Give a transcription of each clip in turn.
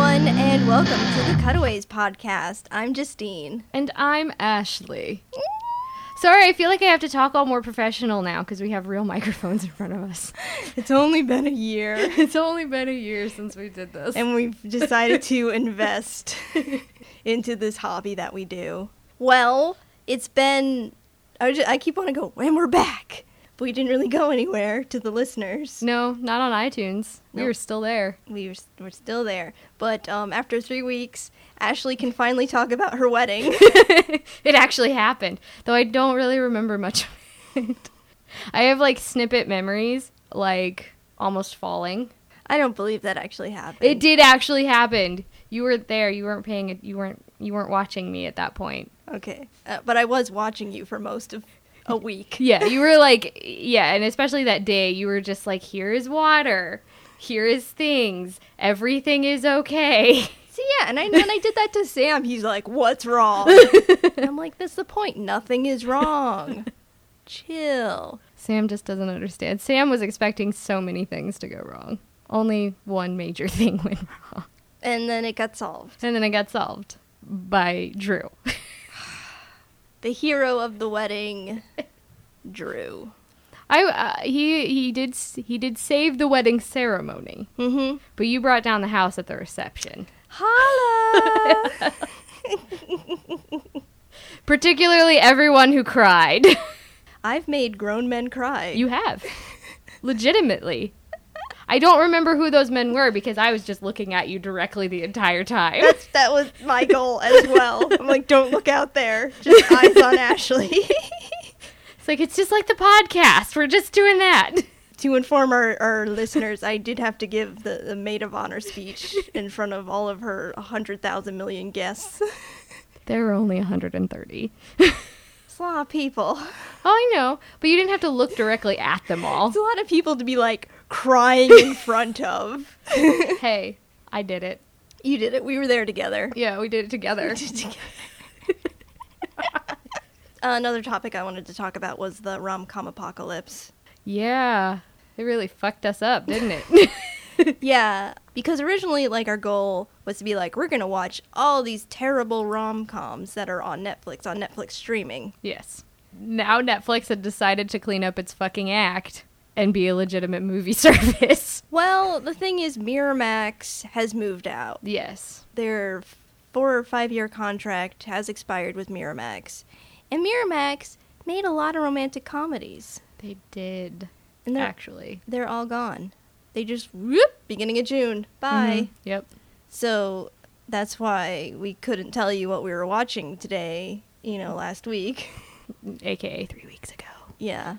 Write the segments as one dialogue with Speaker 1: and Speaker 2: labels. Speaker 1: and welcome to the Cutaways Podcast. I'm Justine.
Speaker 2: And I'm Ashley. Sorry, I feel like I have to talk all more professional now because we have real microphones in front of us.
Speaker 1: It's only been a year,
Speaker 2: It's only been a year since we did this.
Speaker 1: and we've decided to invest into this hobby that we do. Well, it's been. I, was ju- I keep wanting to go, and we're back. But we didn't really go anywhere to the listeners.
Speaker 2: no, not on iTunes. We
Speaker 1: Nope.
Speaker 2: were still there.
Speaker 1: We were, s- we're still there. But um, after three weeks, Ashley can finally talk about her wedding.
Speaker 2: it actually happened, though I don't really remember much of it. I have like snippet memories, like almost falling.
Speaker 1: I don't believe that actually happened.
Speaker 2: It did actually happen. You weren't there. You weren't paying. it- You weren't. You weren't watching me at that point.
Speaker 1: Okay. Uh, but I was watching you for most of a week.
Speaker 2: Yeah, you were like, yeah, and especially that day, you were just like, here is water, here is things, everything is okay.
Speaker 1: So yeah, and I when I did that to Sam, he's like, "What's wrong?" I'm like, "That's the point. Nothing is wrong. Chill."
Speaker 2: Sam just doesn't understand. Sam was expecting so many things to go wrong. Only one major thing went wrong.
Speaker 1: And then it got solved.
Speaker 2: And then it got solved by Drew.
Speaker 1: The hero of the wedding, Drew.
Speaker 2: I uh, he he did s- he did save the wedding ceremony,
Speaker 1: Mm-hmm.
Speaker 2: but you brought down the house at the reception.
Speaker 1: Holla!
Speaker 2: Particularly everyone who cried.
Speaker 1: I've made grown men cry.
Speaker 2: You have. Legitimately. I don't remember who those men were because I was just looking at you directly the entire time.
Speaker 1: That's, that was my goal as well. I'm like, don't look out there. Just eyes on Ashley.
Speaker 2: It's like it's just like the podcast. We're just doing that.
Speaker 1: to inform our, our listeners, I did have to give the, the maid of honor speech in front of all of her 100,000 million guests.
Speaker 2: There were only 130.
Speaker 1: It's a lot of people.
Speaker 2: Oh, I know, but you didn't have to look directly at them all.
Speaker 1: It's a lot of people to be like crying in front of.
Speaker 2: Hey, I did it.
Speaker 1: you did it. We were there together.
Speaker 2: Yeah, we did it together.
Speaker 1: Another topic I wanted to talk about was the rom com apocalypse.
Speaker 2: Yeah. It really fucked us up, didn't it?
Speaker 1: Yeah, because originally, like, our goal was to be like, we're going to watch all these terrible rom coms that are on Netflix, on Netflix streaming.
Speaker 2: yes. Now Netflix had decided to clean up its fucking act and be a legitimate movie service.
Speaker 1: Well, the thing is, Miramax has moved out.
Speaker 2: Yes.
Speaker 1: their four or five year contract has expired with Miramax. And Miramax made a lot of romantic comedies.
Speaker 2: They did.
Speaker 1: And they're,
Speaker 2: actually.
Speaker 1: they're all gone. They just, whoop, beginning of June. Bye.
Speaker 2: Mhm. Yep.
Speaker 1: So that's why we couldn't tell you what we were watching today, you know, last week.
Speaker 2: AKA three weeks ago.
Speaker 1: Yeah.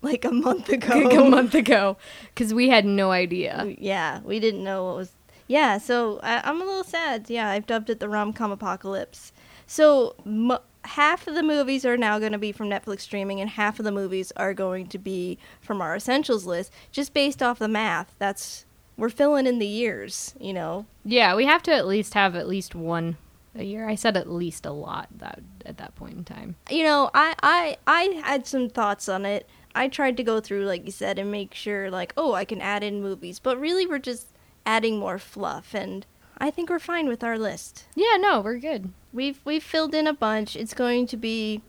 Speaker 1: like a month ago.
Speaker 2: like a month ago. Because we had no idea.
Speaker 1: We- Yeah, we didn't know what was. Yeah, so I, I'm a little sad. Yeah, I've dubbed it the rom com apocalypse. So m- half of the movies are now going to be from Netflix streaming, and half of the movies are going to be from our essentials list. Just based off the math, that's we're filling in the years. You know,
Speaker 2: Yeah, we have to at least have at least one a year. I said at least a lot that at that point in time.
Speaker 1: you know, I I I had some thoughts on it. I tried to go through, like you said, and make sure, like, oh, I can add in movies, but really, we're just adding more fluff, and I think we're fine with our list.
Speaker 2: Yeah, no, we're good.
Speaker 1: We've we've filled in a bunch. It's going to be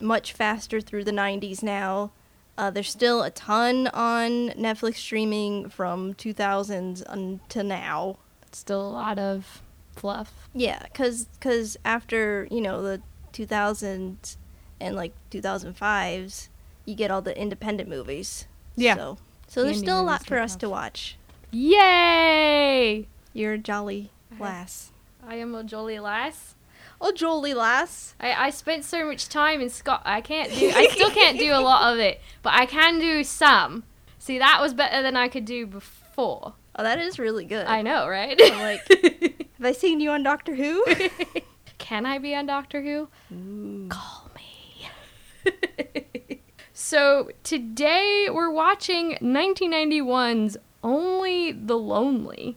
Speaker 1: much faster through the 90s now. Uh, there's still a ton on Netflix streaming from 2000s until now.
Speaker 2: Still a lot of fluff.
Speaker 1: Yeah, cause 'cause after you know the 2000s and like 2005s, you get all the independent movies.
Speaker 2: Yeah.
Speaker 1: So so
Speaker 2: The
Speaker 1: there's
Speaker 2: indie
Speaker 1: still a
Speaker 2: movies
Speaker 1: lot for
Speaker 2: take
Speaker 1: us
Speaker 2: off.
Speaker 1: to watch.
Speaker 2: Yay!
Speaker 1: You're a jolly lass.
Speaker 2: I am a jolly lass.
Speaker 1: Oh, jolly lass.
Speaker 2: I, I spent so much time in Scot. I can't do. I still can't do a lot of it, but I can do some. See, that was better than I could do before.
Speaker 1: Oh, that is really good.
Speaker 2: I know, right?
Speaker 1: I'm like- Have I seen you on Doctor Who?
Speaker 2: Can I be on Doctor Who? Call me. so today we're watching 1991's Only the Lonely.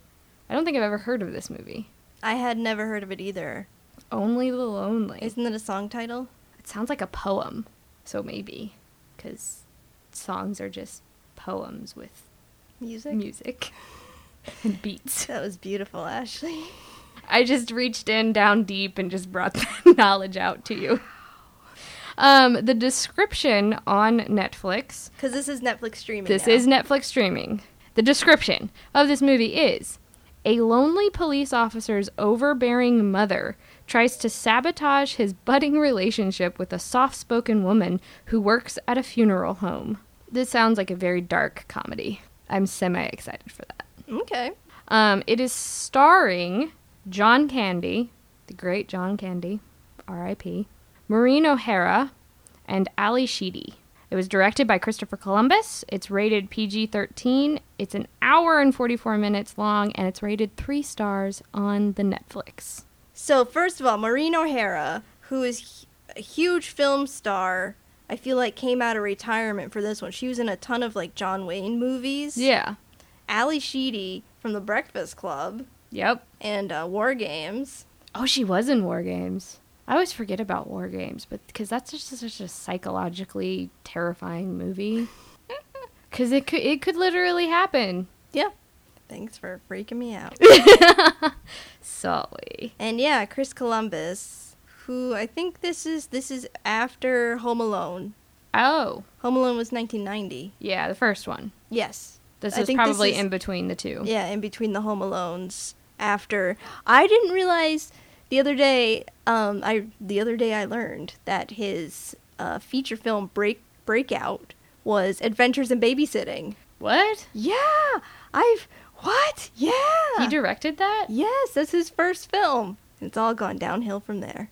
Speaker 2: I don't think I've ever heard of this movie.
Speaker 1: I had never heard of it either.
Speaker 2: Only the Lonely.
Speaker 1: Isn't it a song title?
Speaker 2: It sounds like a poem, so maybe, because songs are just poems with
Speaker 1: Music?
Speaker 2: music and beats.
Speaker 1: That was beautiful, Ashley.
Speaker 2: I just reached in down deep and just brought that knowledge out to you. Um, the description on Netflix
Speaker 1: Because this is Netflix streaming.
Speaker 2: This
Speaker 1: now.
Speaker 2: is Netflix streaming. The description of this movie is a lonely police officer's overbearing mother tries to sabotage his budding relationship with a soft spoken woman who works at a funeral home. This sounds like a very dark comedy. I'm semi excited for that.
Speaker 1: okay.
Speaker 2: Um, it is starring John Candy, the great John Candy, R.I.P., Maureen O'Hara, and Ali Sheedy. It was directed by Christopher Columbus. It's rated PG 13. It's an hour and 44 minutes long, and it's rated three stars on the Netflix.
Speaker 1: So first of all, Maureen O'Hara, who is hu- a huge film star, I feel like came out of retirement for this one. She was in a ton of like John Wayne movies.
Speaker 2: Yeah.
Speaker 1: Ali Sheedy from The Breakfast Club
Speaker 2: Yep.
Speaker 1: and uh, War Games.
Speaker 2: Oh, she was in War Games. I always forget about War Games, but because that's just such a psychologically terrifying movie. Because it could, it could literally happen.
Speaker 1: Yeah. Thanks for freaking me out.
Speaker 2: Sully.
Speaker 1: and yeah, Chris Columbus, who I think this is this is after Home Alone.
Speaker 2: Oh,
Speaker 1: Home Alone was 1990.
Speaker 2: yeah, the first one.
Speaker 1: Yes.
Speaker 2: This
Speaker 1: I
Speaker 2: is
Speaker 1: think this
Speaker 2: probably
Speaker 1: is-
Speaker 2: in between the two.
Speaker 1: Yeah, in between the Home Alones after I didn't realize the other day um I the other day I learned that his uh, feature film break breakout was Adventures in Babysitting.
Speaker 2: What?
Speaker 1: Yeah. I've what? Yeah.
Speaker 2: He directed that?
Speaker 1: yes, that's his first film. It's all gone downhill from there.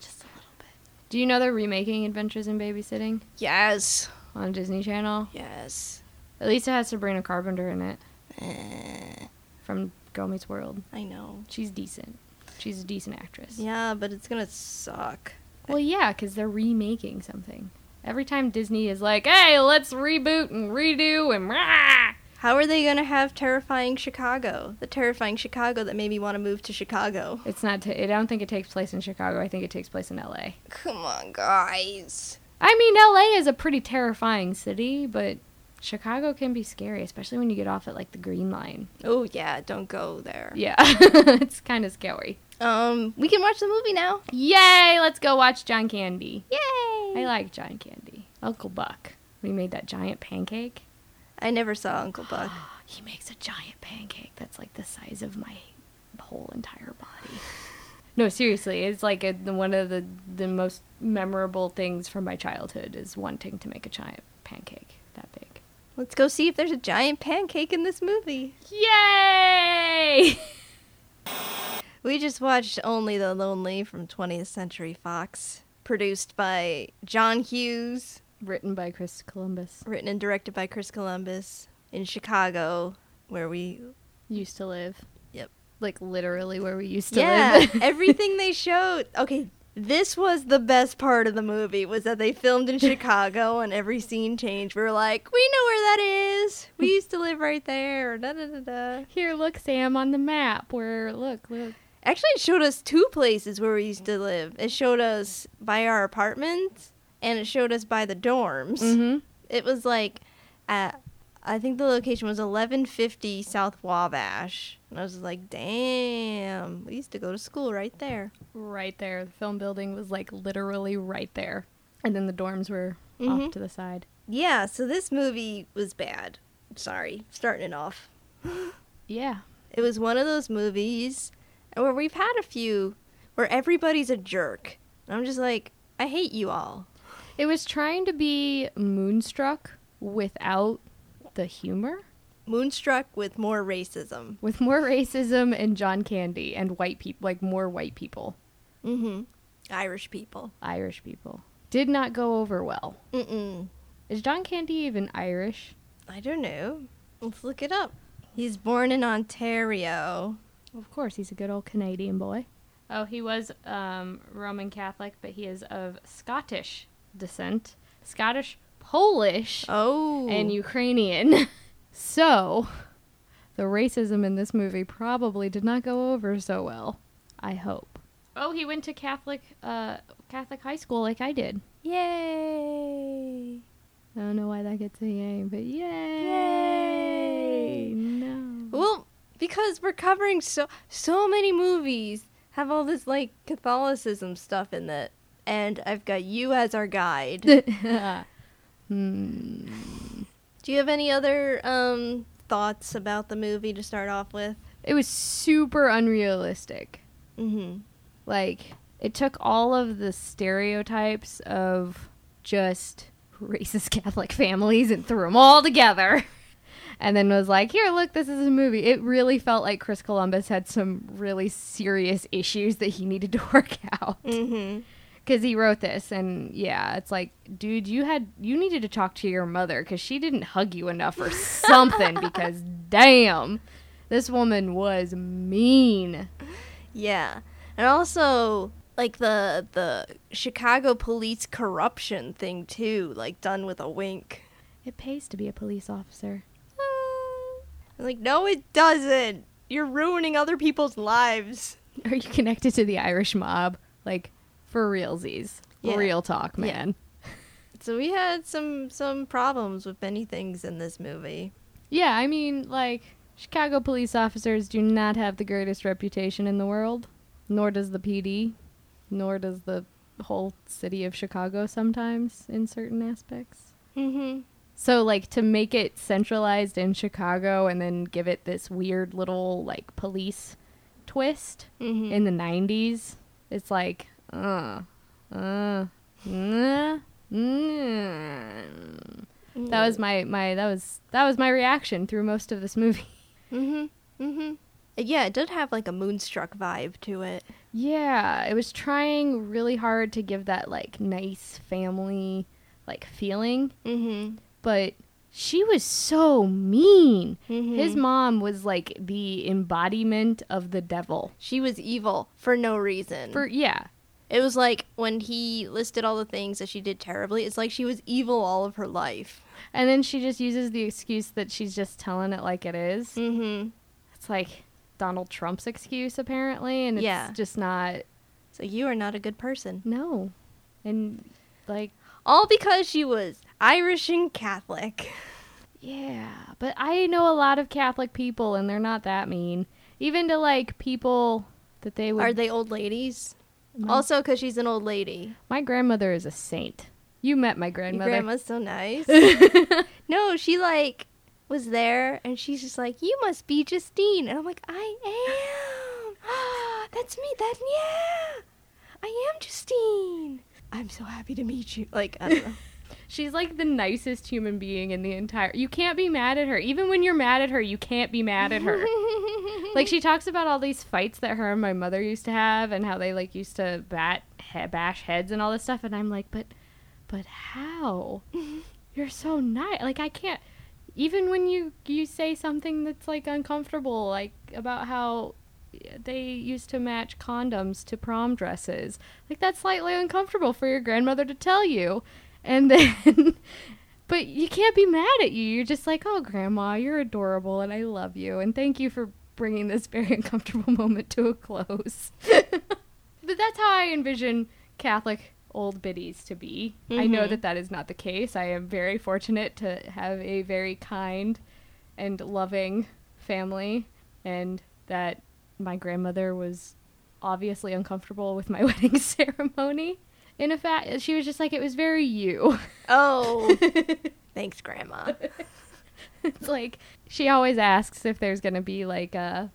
Speaker 2: Just a little bit. Do you know they're remaking Adventures in Babysitting
Speaker 1: Yes.
Speaker 2: on Disney Channel?
Speaker 1: Yes.
Speaker 2: At least it has Sabrina Carpenter in it
Speaker 1: Eh,
Speaker 2: from Girl Meets World.
Speaker 1: I know.
Speaker 2: She's decent. She's a decent actress.
Speaker 1: Yeah, but it's going to suck.
Speaker 2: Well, yeah, because they're remaking something. Every time Disney is like, hey, let's reboot and redo and rah!
Speaker 1: How are they going to have terrifying Chicago? The terrifying Chicago that made me want to move to Chicago.
Speaker 2: It's not, t- I don't think it takes place in Chicago. I think it takes place in LA.
Speaker 1: Come on, guys.
Speaker 2: I mean, LA is a pretty terrifying city, but Chicago can be scary, especially when you get off at like the Green Line.
Speaker 1: Oh yeah, don't go there.
Speaker 2: Yeah, it's kind of scary.
Speaker 1: Um, we can watch the movie now.
Speaker 2: Yay! Let's go watch John Candy.
Speaker 1: Yay!
Speaker 2: I like John Candy. Uncle Buck. We made that giant pancake.
Speaker 1: I never saw Uncle Buck.
Speaker 2: He makes a giant pancake that's like the size of my whole entire body. No, seriously, it's like a, one of the, the most memorable things from my childhood is wanting to make a giant pancake that big.
Speaker 1: Let's go see if there's a giant pancake in this movie.
Speaker 2: Yay!
Speaker 1: We just watched Only the Lonely from 20th Century Fox, produced by John Hughes,
Speaker 2: Written by Chris Columbus.
Speaker 1: written and directed by Chris Columbus in Chicago, where we
Speaker 2: Used to live.
Speaker 1: Yep.
Speaker 2: Like literally where we used to
Speaker 1: yeah,
Speaker 2: live.
Speaker 1: everything they showed. Okay, this was the best part of the movie was that they filmed in Chicago and every scene changed. We were like, we know where that is. We used to live right there. or Da da da da.
Speaker 2: Here, look, Sam, on the map. Where, look, look.
Speaker 1: Actually, it showed us two places where we used to live. It showed us by our apartment and it showed us by the dorms.
Speaker 2: Mm-hmm.
Speaker 1: It was like, uh I think the location was 1150 South Wabash. And I was like, damn, we used to go to school right there.
Speaker 2: Right there. The film building was like literally right there. And then the dorms were
Speaker 1: Mhm.
Speaker 2: off to the side.
Speaker 1: Yeah, so this movie was bad. Sorry, starting it off.
Speaker 2: Yeah.
Speaker 1: It was one of those movies where we've had a few where everybody's a jerk. And I'm just like, I hate you all.
Speaker 2: It was trying to be Moonstruck without the humor,
Speaker 1: Moonstruck with more racism.
Speaker 2: with more racism and John Candy and white people, like more white people,
Speaker 1: Mm hmm. Irish people.
Speaker 2: Irish people. Did not go over well.
Speaker 1: Mm mm.
Speaker 2: Is John Candy even Irish?
Speaker 1: I don't know. Let's look it up. He's born in Ontario.
Speaker 2: Of course, he's a good old Canadian boy. Oh, he was um, Roman Catholic, but he is of Scottish descent, Scottish, Polish,
Speaker 1: Oh.
Speaker 2: and Ukrainian. so, the racism in this movie probably did not go over so well. I hope. Oh, he went to Catholic uh, Catholic high school like I did.
Speaker 1: Yay.
Speaker 2: I don't know why that gets a yay, but yay! No.
Speaker 1: Well, because we're covering so so many movies have all this like Catholicism stuff in it, and I've got you as our guide. Do you have any other um, thoughts about the movie to start off with?
Speaker 2: It was super unrealistic.
Speaker 1: Mm-hmm.
Speaker 2: Like, it took all of the stereotypes of just racist Catholic families and threw them all together. And then was like, here, look, this is a movie. It really felt like Chris Columbus had some really serious issues that he needed to work out.
Speaker 1: Mm-hmm.
Speaker 2: because he wrote this and yeah it's like dude you had you needed to talk to your mother because she didn't hug you enough or something because damn this woman was mean
Speaker 1: Yeah, and also like the the Chicago police corruption thing too, like done with a wink.
Speaker 2: it pays to be a police officer
Speaker 1: I'm Uh, like, no, it doesn't. You're ruining other people's lives.
Speaker 2: are you connected to the irish mob like for realsies
Speaker 1: Yeah.
Speaker 2: real talk
Speaker 1: Yeah.
Speaker 2: man
Speaker 1: So we had some some problems with many things in this movie.
Speaker 2: yeah i mean like chicago police officers do not have the greatest reputation in the world nor does the pd nor does the whole city of chicago sometimes in certain aspects
Speaker 1: Mm-hmm.
Speaker 2: So like to make it centralized in Chicago and then give it this weird little like police twist
Speaker 1: Mm-hmm.
Speaker 2: in the 90s, it's like uh uh nah, mm. That was my my that was that was my reaction through most of this movie.
Speaker 1: Mm-hmm. Mm-hmm. Yeah, it did have like a moonstruck vibe to it.
Speaker 2: Yeah, it was trying really hard to give that like nice family like feeling,
Speaker 1: Mm-hmm.
Speaker 2: but she was so mean.
Speaker 1: Mhm.
Speaker 2: His mom was like the embodiment of the devil.
Speaker 1: She was evil for no reason.
Speaker 2: For yeah,
Speaker 1: it was like when he listed all the things that she did terribly. It's like she was evil all of her life.
Speaker 2: and then she just uses the excuse that she's just telling it like it is.
Speaker 1: Mm-hmm.
Speaker 2: It's like Donald Trump's excuse apparently, and it's
Speaker 1: Yeah.
Speaker 2: just not
Speaker 1: So you are not a good person.
Speaker 2: no, and like
Speaker 1: All because she was Irish and Catholic.
Speaker 2: yeah. But I know a lot of Catholic people, and they're not that mean, even to like people that they would.
Speaker 1: Are they old ladies?
Speaker 2: No.
Speaker 1: Also, because she's an old lady.
Speaker 2: my grandmother is a saint. You met my
Speaker 1: Your
Speaker 2: grandmother.
Speaker 1: grandma's so nice. no, she like was there and she's just like, You must be Justine. And I'm like, I am. That's me. That, yeah. I am Justine. I'm so happy to meet you. Like, I don't know.
Speaker 2: She's like the nicest human being in the entire. You can't be mad at her. Even when you're mad at her, you can't be mad at her. like she talks about all these fights that her and my mother used to have, and how they like used to bat he- bash heads and all this stuff. And I'm like, but, but how? You're so nice. Like I can't. Even when you you say something that's like uncomfortable, like about how they used to match condoms to prom dresses, like that's slightly uncomfortable for your grandmother to tell you. And then, but you can't be mad at you. You're just like, oh, grandma, you're adorable and I love you. And thank you for bringing this very uncomfortable moment to a close. but that's how I envision Catholic old biddies to be. I know
Speaker 1: Mhm.
Speaker 2: that that is not the case. I am very fortunate to have a very kind and loving family and that my grandmother was obviously uncomfortable with my wedding ceremony. In a fact, she was just like, it was very you.
Speaker 1: oh, thanks, Grandma.
Speaker 2: it's like she always asks if there's gonna be like a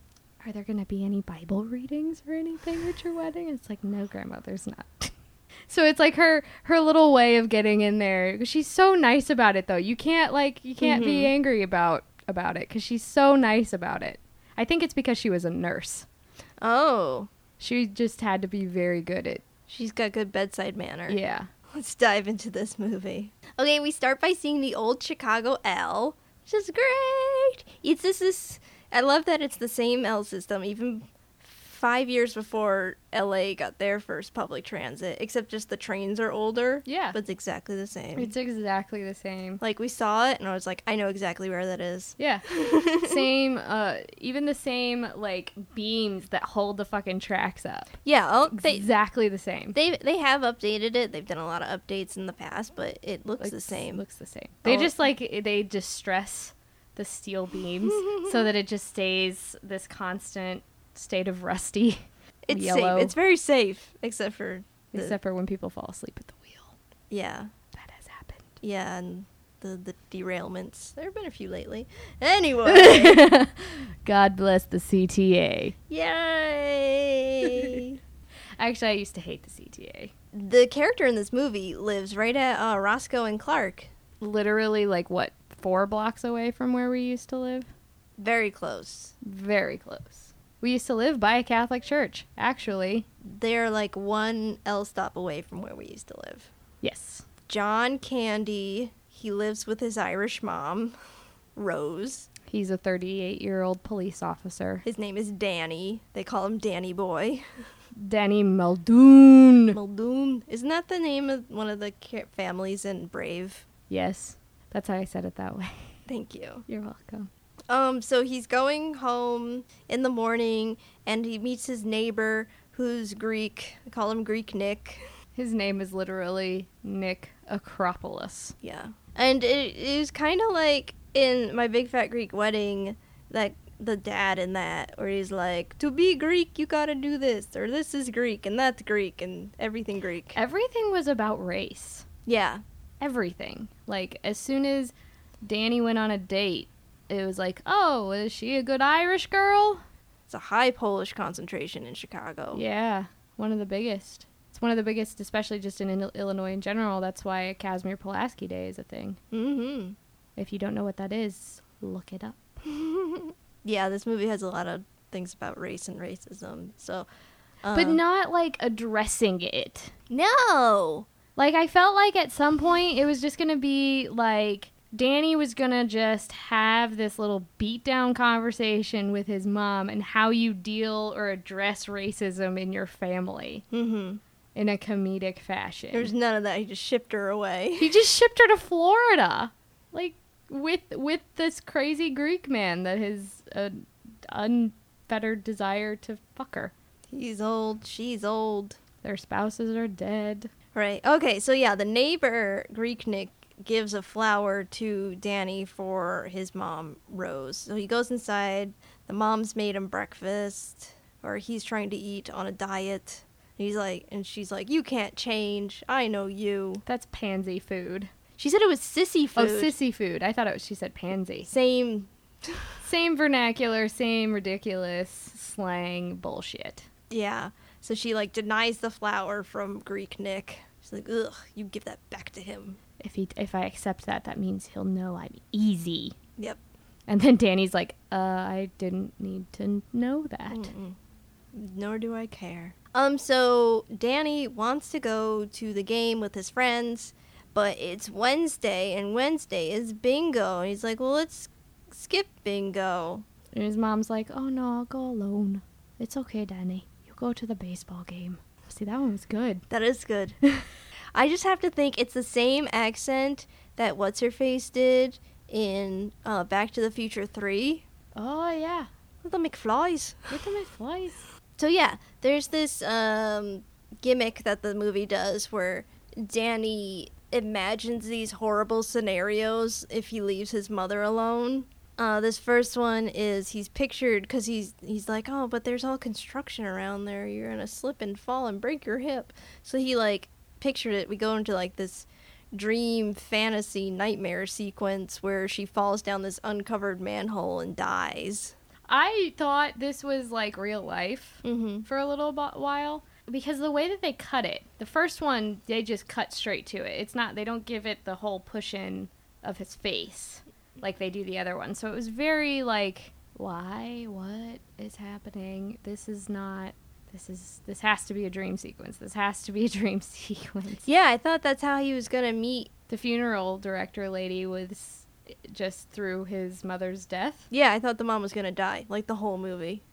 Speaker 2: are there gonna be any bible readings or anything at your wedding it's like no grandma there's not so it's like her her little way of getting in there she's so nice about it though you can't like you can't be angry about about it because she's so nice about it i think it's because she was a nurse
Speaker 1: Oh,
Speaker 2: she just had to be very good at
Speaker 1: she's got good bedside manner.
Speaker 2: yeah
Speaker 1: Let's dive into this movie. Okay, we start by seeing the old Chicago L, which is great. It's this is I love that it's the same L system, even five years before LA got their first public transit, except just the trains are older.
Speaker 2: Yeah.
Speaker 1: But it's exactly the same.
Speaker 2: it's exactly the same
Speaker 1: like we saw it and I was like, I know exactly where that is.
Speaker 2: Yeah. same uh even the same like beams that hold the fucking tracks up.
Speaker 1: Yeah, oh they
Speaker 2: exactly the same.
Speaker 1: they they have updated it. They've done a lot of updates in the past, but it looks the
Speaker 2: Looks-
Speaker 1: same.
Speaker 2: Looks the same. They
Speaker 1: Oh.
Speaker 2: just like they distress the steel beams so that it just stays this constant state of rusty
Speaker 1: It's
Speaker 2: yellow.
Speaker 1: safe. It's very safe, except for the,
Speaker 2: except for when people fall asleep at the wheel.
Speaker 1: yeah,
Speaker 2: That has happened.
Speaker 1: yeah, and the the derailments. There have been a few lately. Anyway,
Speaker 2: God bless the CTA.
Speaker 1: yay!
Speaker 2: Actually, I used to hate the CTA.
Speaker 1: the character in this movie lives right at uh, Roscoe and Clark.
Speaker 2: Literally, like, what, four blocks away from where we used to live?
Speaker 1: Very close.
Speaker 2: Very close. We used to live by a Catholic church, actually.
Speaker 1: They're like one L stop away from where we used to live.
Speaker 2: Yes.
Speaker 1: John Candy. He lives with his Irish mom, Rose.
Speaker 2: He's a 38 year old police officer.
Speaker 1: His name is Danny. They call him Danny Boy.
Speaker 2: Danny Muldoon.
Speaker 1: Muldoon. Isn't that the name of one of the ca- families in Brave?
Speaker 2: Yes. That's how I said it that way.
Speaker 1: Thank you.
Speaker 2: You're welcome.
Speaker 1: Um, so he's going home in the morning and he meets his neighbor who's Greek. I call him Greek Nick.
Speaker 2: His name is literally Nick Acropolis.
Speaker 1: Yeah. And it, it was kind of like in My Big Fat Greek Wedding, that the dad in that, where he's like, to be Greek, you gotta do this, or this is Greek, and that's Greek, and everything Greek.
Speaker 2: Everything was about race.
Speaker 1: Yeah.
Speaker 2: Everything. Like, as soon as Danny went on a date, it was like, oh, is she a good Irish girl?
Speaker 1: It's a high Polish concentration in Chicago.
Speaker 2: Yeah, one of the biggest. It's one of the biggest, especially just in Il- Illinois in general. That's why Casimir Pulaski Day is a thing.
Speaker 1: Mm hmm.
Speaker 2: If you don't know what that is, look it up.
Speaker 1: yeah, this movie has a lot of things about race and racism. So, uh,
Speaker 2: but not like addressing it.
Speaker 1: no,
Speaker 2: Like I felt like at some point it was just gonna be like Danny was gonna just have this little beatdown conversation with his mom and how you deal or address racism in your family
Speaker 1: mm-hmm.
Speaker 2: in a comedic fashion.
Speaker 1: there's none of that. He just shipped her away.
Speaker 2: He just shipped her to Florida, like with with this crazy Greek man that has an unfettered desire to fuck her.
Speaker 1: He's old. She's old.
Speaker 2: Their spouses are dead.
Speaker 1: Right. Okay. So yeah, the neighbor Greek Nick gives a flower to Danny for his mom Rose. So he goes inside. The mom's made him breakfast, or he's trying to eat on a diet. And he's like, and she's like, you can't change. I know you.
Speaker 2: That's pansy food.
Speaker 1: She said it was sissy food.
Speaker 2: Oh, sissy food. I thought it was, she said pansy.
Speaker 1: Same
Speaker 2: Same vernacular, same ridiculous slang bullshit.
Speaker 1: Yeah. So she like denies the flower from Greek Nick. She's like, ugh, you give that back to him.
Speaker 2: If he if I accept that, that means he'll know I'm easy.
Speaker 1: Yep.
Speaker 2: And then Danny's like, "Uh, I didn't need to know that."
Speaker 1: Mm-mm. Nor do I care. Um, so Danny wants to go to the game with his friends, but it's Wednesday, and Wednesday is bingo. And he's like, well, let's skip bingo.
Speaker 2: And his mom's like, "Oh no, I'll go alone. It's okay, Danny. You go to the baseball game." See, that one was good.
Speaker 1: That is good. I just have to think it's the same accent that What's Her Face did in uh, Back to the Future 3
Speaker 2: Oh yeah,
Speaker 1: with the McFlys.
Speaker 2: look at my flies.
Speaker 1: So yeah, there's this um, gimmick that the movie does where Danny imagines these horrible scenarios if he leaves his mother alone. Uh, this first one is he's pictured because he's he's like, oh, but there's all construction around there. You're gonna slip and fall and break your hip. So he like pictured it. We go into like this dream fantasy nightmare sequence where she falls down this uncovered manhole and dies.
Speaker 2: I thought this was like real life
Speaker 1: Mm-hmm.
Speaker 2: for a little bo- while because the way that they cut it, the first one they just cut straight to it. It's not they don't give it the whole push in of his face like they do the other one. So it was very like, why? What is happening? This is not. This is this has to be a dream sequence. This has to be a dream sequence.
Speaker 1: Yeah, I thought that's how he was gonna meet
Speaker 2: the funeral director lady was just through his mother's death.
Speaker 1: Yeah, I thought the mom was gonna die, like the whole movie.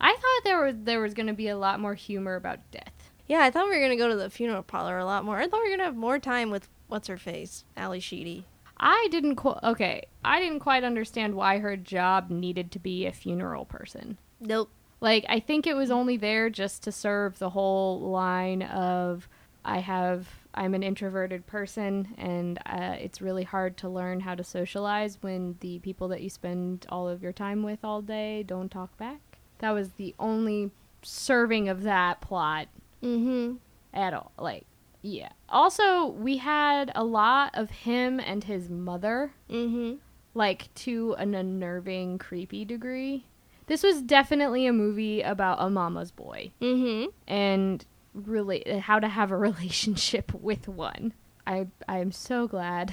Speaker 2: I thought there was there was going to be a lot more humor about death.
Speaker 1: Yeah, I thought we were gonna go to the funeral parlor a lot more. I thought we were gonna have more time with what's her face, Ally Sheedy.
Speaker 2: I didn't qu- okay, I didn't quite understand why her job needed to be a funeral person.
Speaker 1: Nope.
Speaker 2: Like I think it was only there just to serve the whole line of I have I'm an introverted person, and uh, it's really hard to learn how to socialize when the people that you spend all of your time with all day don't talk back. That was the only serving of that plot
Speaker 1: Mm-hmm.
Speaker 2: at all. Like, yeah. Also, we had a lot of him and his mother,
Speaker 1: Mm-hmm.
Speaker 2: like to an unnerving, creepy degree. This was definitely a movie about a mama's boy
Speaker 1: Mm-hmm.
Speaker 2: and really how to have a relationship with one. I I am so glad.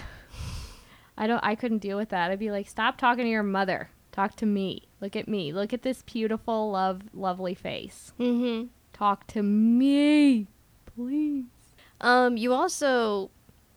Speaker 2: I don't I couldn't deal with that. I'd be like, "Stop talking to your mother. Talk to me. Look at me. Look at this beautiful, love lovely face.
Speaker 1: Mm-hmm.
Speaker 2: Talk to me, please."
Speaker 1: Um, you also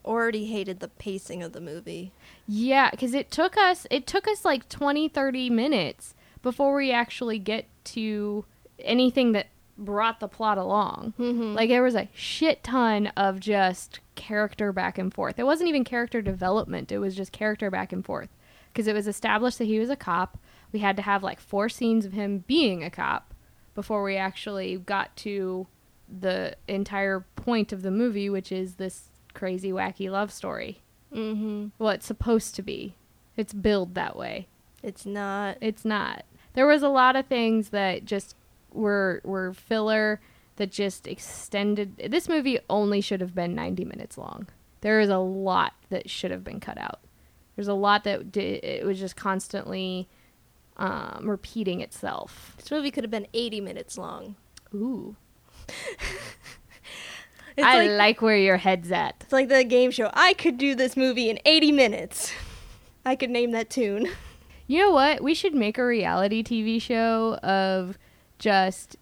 Speaker 1: already hated the pacing of the movie.
Speaker 2: Yeah, cuz it took us it took us like 20 30 minutes before we actually get to anything that brought the plot along.
Speaker 1: Mm-hmm.
Speaker 2: Like there was a shit ton of just character back and forth. It wasn't even character development. It was just character back and forth because it was established that he was a cop. We had to have like four scenes of him being a cop before we actually got to the entire point of the movie, which is this crazy wacky love story.
Speaker 1: Mm-hmm.
Speaker 2: Well, it's supposed to be. It's billed that way.
Speaker 1: It's not.
Speaker 2: It's not. There was a lot of things that just were were filler that just extended. This movie only should have been 90 minutes long. There is a lot that should have been cut out. There's a lot that di it was just constantly um, repeating itself.
Speaker 1: This movie could have been 80 minutes long.
Speaker 2: Ooh,
Speaker 1: It's
Speaker 2: I
Speaker 1: like
Speaker 2: like where your head's at.
Speaker 1: it's like the game show. I could do this movie in 80 minutes. I could name that tune.
Speaker 2: You know what? We should make a reality TV show of just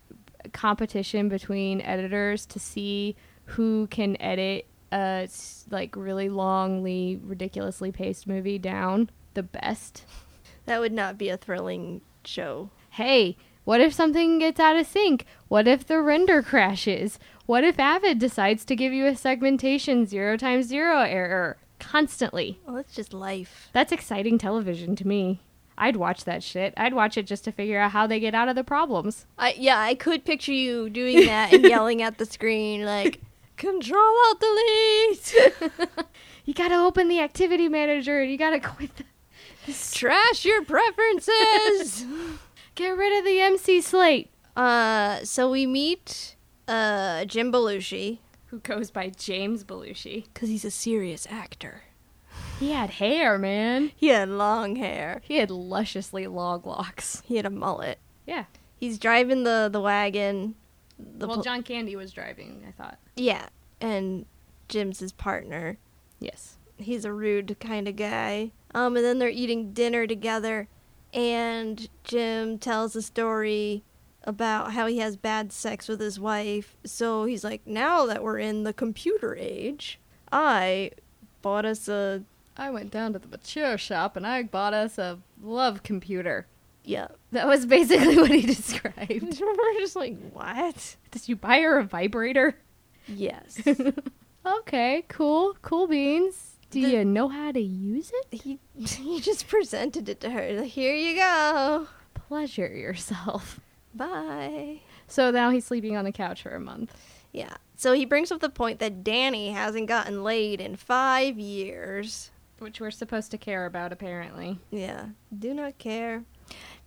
Speaker 2: competition between editors to see who can edit a s- like really longly, ridiculously paced movie down the best.
Speaker 1: That would not be a thrilling show.
Speaker 2: Hey, what if something gets out of sync? What if the render crashes? What if Avid decides to give you a segmentation zero times zero error constantly?
Speaker 1: Well, that's just life.
Speaker 2: That's exciting television to me. I'd watch that shit. I'd watch it just to figure out how they get out of the problems.
Speaker 1: I yeah, I could picture you doing that and yelling at the screen like control alt delete.
Speaker 2: You gotta open the activity manager and you gotta quit. The,
Speaker 1: Trash your preferences.
Speaker 2: get rid of the MC slate.
Speaker 1: uh so we meet uh Jim Belushi
Speaker 2: Who goes by James Belushi?
Speaker 1: cuz he's a serious actor.
Speaker 2: He had hair, man.
Speaker 1: He had long hair.
Speaker 2: He had lusciously long locks.
Speaker 1: He had a mullet.
Speaker 2: Yeah.
Speaker 1: He's driving the the wagon. The
Speaker 2: well,
Speaker 1: pl-
Speaker 2: John Candy was driving. I thought.
Speaker 1: yeah, and Jim's his partner.
Speaker 2: Yes.
Speaker 1: he's a rude kind of guy. Um, and then they're eating dinner together, and Jim tells a story about how he has bad sex with his wife. So he's like, now that we're in the computer age, I bought us a
Speaker 2: I went down to the mature shop and I bought us a love computer.
Speaker 1: yeah.
Speaker 2: That was basically what he described.
Speaker 1: we're just like, what?
Speaker 2: Did you buy her a vibrator?
Speaker 1: Yes.
Speaker 2: okay, cool, cool beans. Do
Speaker 1: The-
Speaker 2: you know how to use it?
Speaker 1: he he just presented it to her. Like, Here you go.
Speaker 2: Pleasure yourself.
Speaker 1: Bye.
Speaker 2: So now he's sleeping on the couch for a month.
Speaker 1: Yeah. So he brings up the point that Danny hasn't gotten laid in five years.
Speaker 2: Which we're supposed to care about, apparently.
Speaker 1: Yeah. Do not care.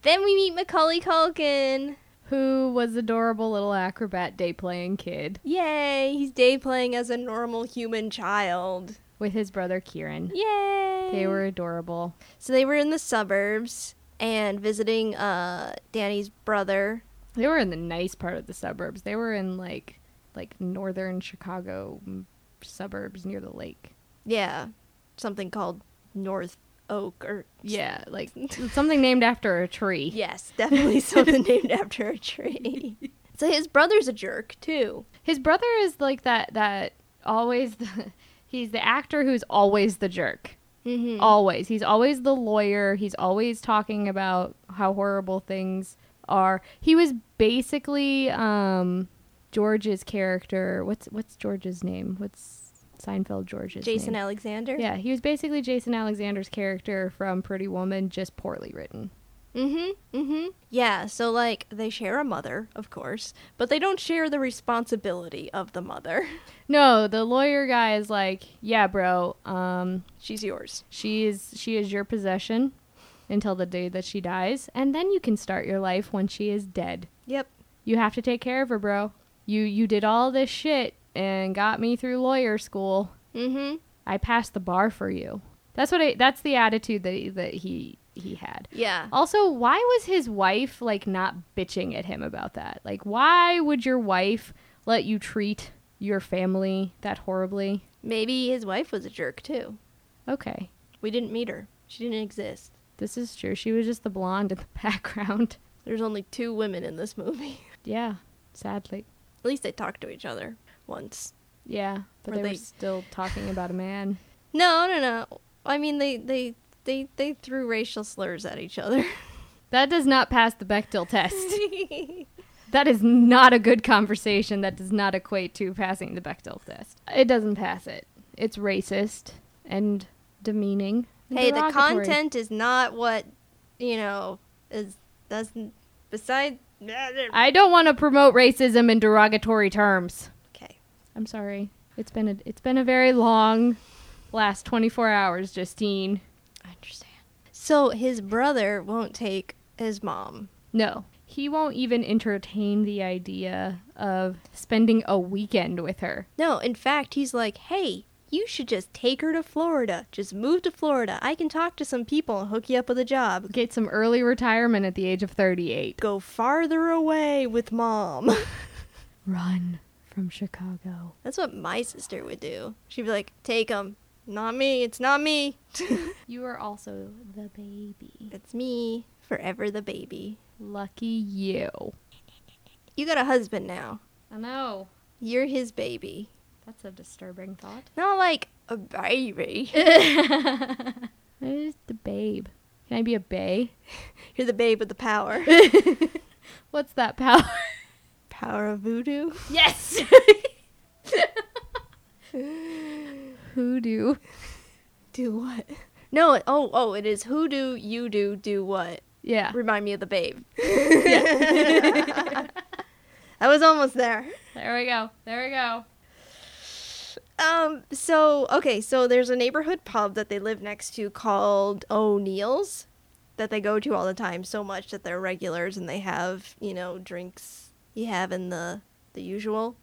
Speaker 1: Then we meet Macaulay Culkin.
Speaker 2: Who was adorable little acrobat day playing kid
Speaker 1: Yay! He's day playing as a normal human child.
Speaker 2: with his brother Kieran.
Speaker 1: Yay!
Speaker 2: They were adorable.
Speaker 1: so they were in the suburbs and visiting uh Danny's brother.
Speaker 2: They were in the nice part of the suburbs. They were in like like northern Chicago mm, suburbs near the lake.
Speaker 1: Yeah, something called North Oak or
Speaker 2: Yeah, like something named after a tree.
Speaker 1: Yes, definitely something named after a tree. So his brother's a jerk too.
Speaker 2: His brother is like that that always the, he's the actor who's always the jerk.
Speaker 1: Mm-hmm.
Speaker 2: Always. He's always the lawyer. He's always talking about how horrible things are. He was basically um George's character. What's what's George's name? What's Seinfeld George's
Speaker 1: Jason
Speaker 2: name?
Speaker 1: Alexander.
Speaker 2: Yeah, he was basically Jason Alexander's character from Pretty Woman just poorly written.
Speaker 1: Mm-hmm. Mm-hmm. Yeah. So like they share a mother, of course, but they don't share the responsibility of the mother.
Speaker 2: No, the lawyer guy is like, yeah, bro. Um,
Speaker 1: She's yours.
Speaker 2: she is she is your possession until the day that she dies, and then you can start your life when she is dead.
Speaker 1: Yep.
Speaker 2: You have to take care of her, bro. You you did all this shit and got me through lawyer school.
Speaker 1: Mm-hmm.
Speaker 2: I passed the bar for you. That's what I. That's the attitude that that he he had.
Speaker 1: Yeah.
Speaker 2: Also, why was his wife like not bitching at him about that? Like, why would your wife let you treat your family that horribly?
Speaker 1: Maybe his wife was a jerk too.
Speaker 2: Okay,
Speaker 1: We didn't meet her. She didn't exist.
Speaker 2: this is true. She was just the blonde in the background.
Speaker 1: There's only two women in this movie.
Speaker 2: Yeah, sadly.
Speaker 1: At least they talked to each other once.
Speaker 2: Yeah, but
Speaker 1: Were
Speaker 2: they,
Speaker 1: they-
Speaker 2: were still talking about a man.
Speaker 1: No, no, no. I mean, they they they they threw racial slurs at each other.
Speaker 2: That does not pass the Bechtel test. that is not a good conversation. That does not equate to passing the Bechtel test. It doesn't pass it. It's racist and demeaning. and
Speaker 1: hey, the
Speaker 2: derogatory.
Speaker 1: content is not what you know is doesn't beside.
Speaker 2: I don't want to promote racism in derogatory terms.
Speaker 1: okay.
Speaker 2: I'm sorry. It's been a it's been a very long last 24 hours, Justine.
Speaker 1: I understand. So his brother won't take his mom.
Speaker 2: No. He won't even entertain the idea of spending a weekend with her.
Speaker 1: No, in fact, he's like, hey, you should just take her to Florida. Just move to Florida. I can talk to some people and hook you up with a job.
Speaker 2: Get some early retirement at the age of 38.
Speaker 1: Go farther away with mom.
Speaker 2: Run from Chicago.
Speaker 1: That's what my sister would do. She'd be like, take him. Not me. It's not me.
Speaker 2: You are also the baby.
Speaker 1: it's me. Forever the baby.
Speaker 2: Lucky you.
Speaker 1: You got a husband now.
Speaker 2: I know.
Speaker 1: You're his baby.
Speaker 2: That's a disturbing thought.
Speaker 1: Not like a baby.
Speaker 2: Who's the babe? Can I be a bay?
Speaker 1: You're the babe with the power.
Speaker 2: What's that power?
Speaker 1: power of voodoo.
Speaker 2: Yes. Hoodoo.
Speaker 1: Do what? No, oh, oh, it is who do you do do what?
Speaker 2: Yeah.
Speaker 1: Remind me of the babe. I was almost there.
Speaker 2: There we go. There we go.
Speaker 1: Um, so okay, so there's a neighborhood pub that they live next to called O'Neill's that they go to all the time so much that they're regulars and they have, you know, drinks you have in the the usual.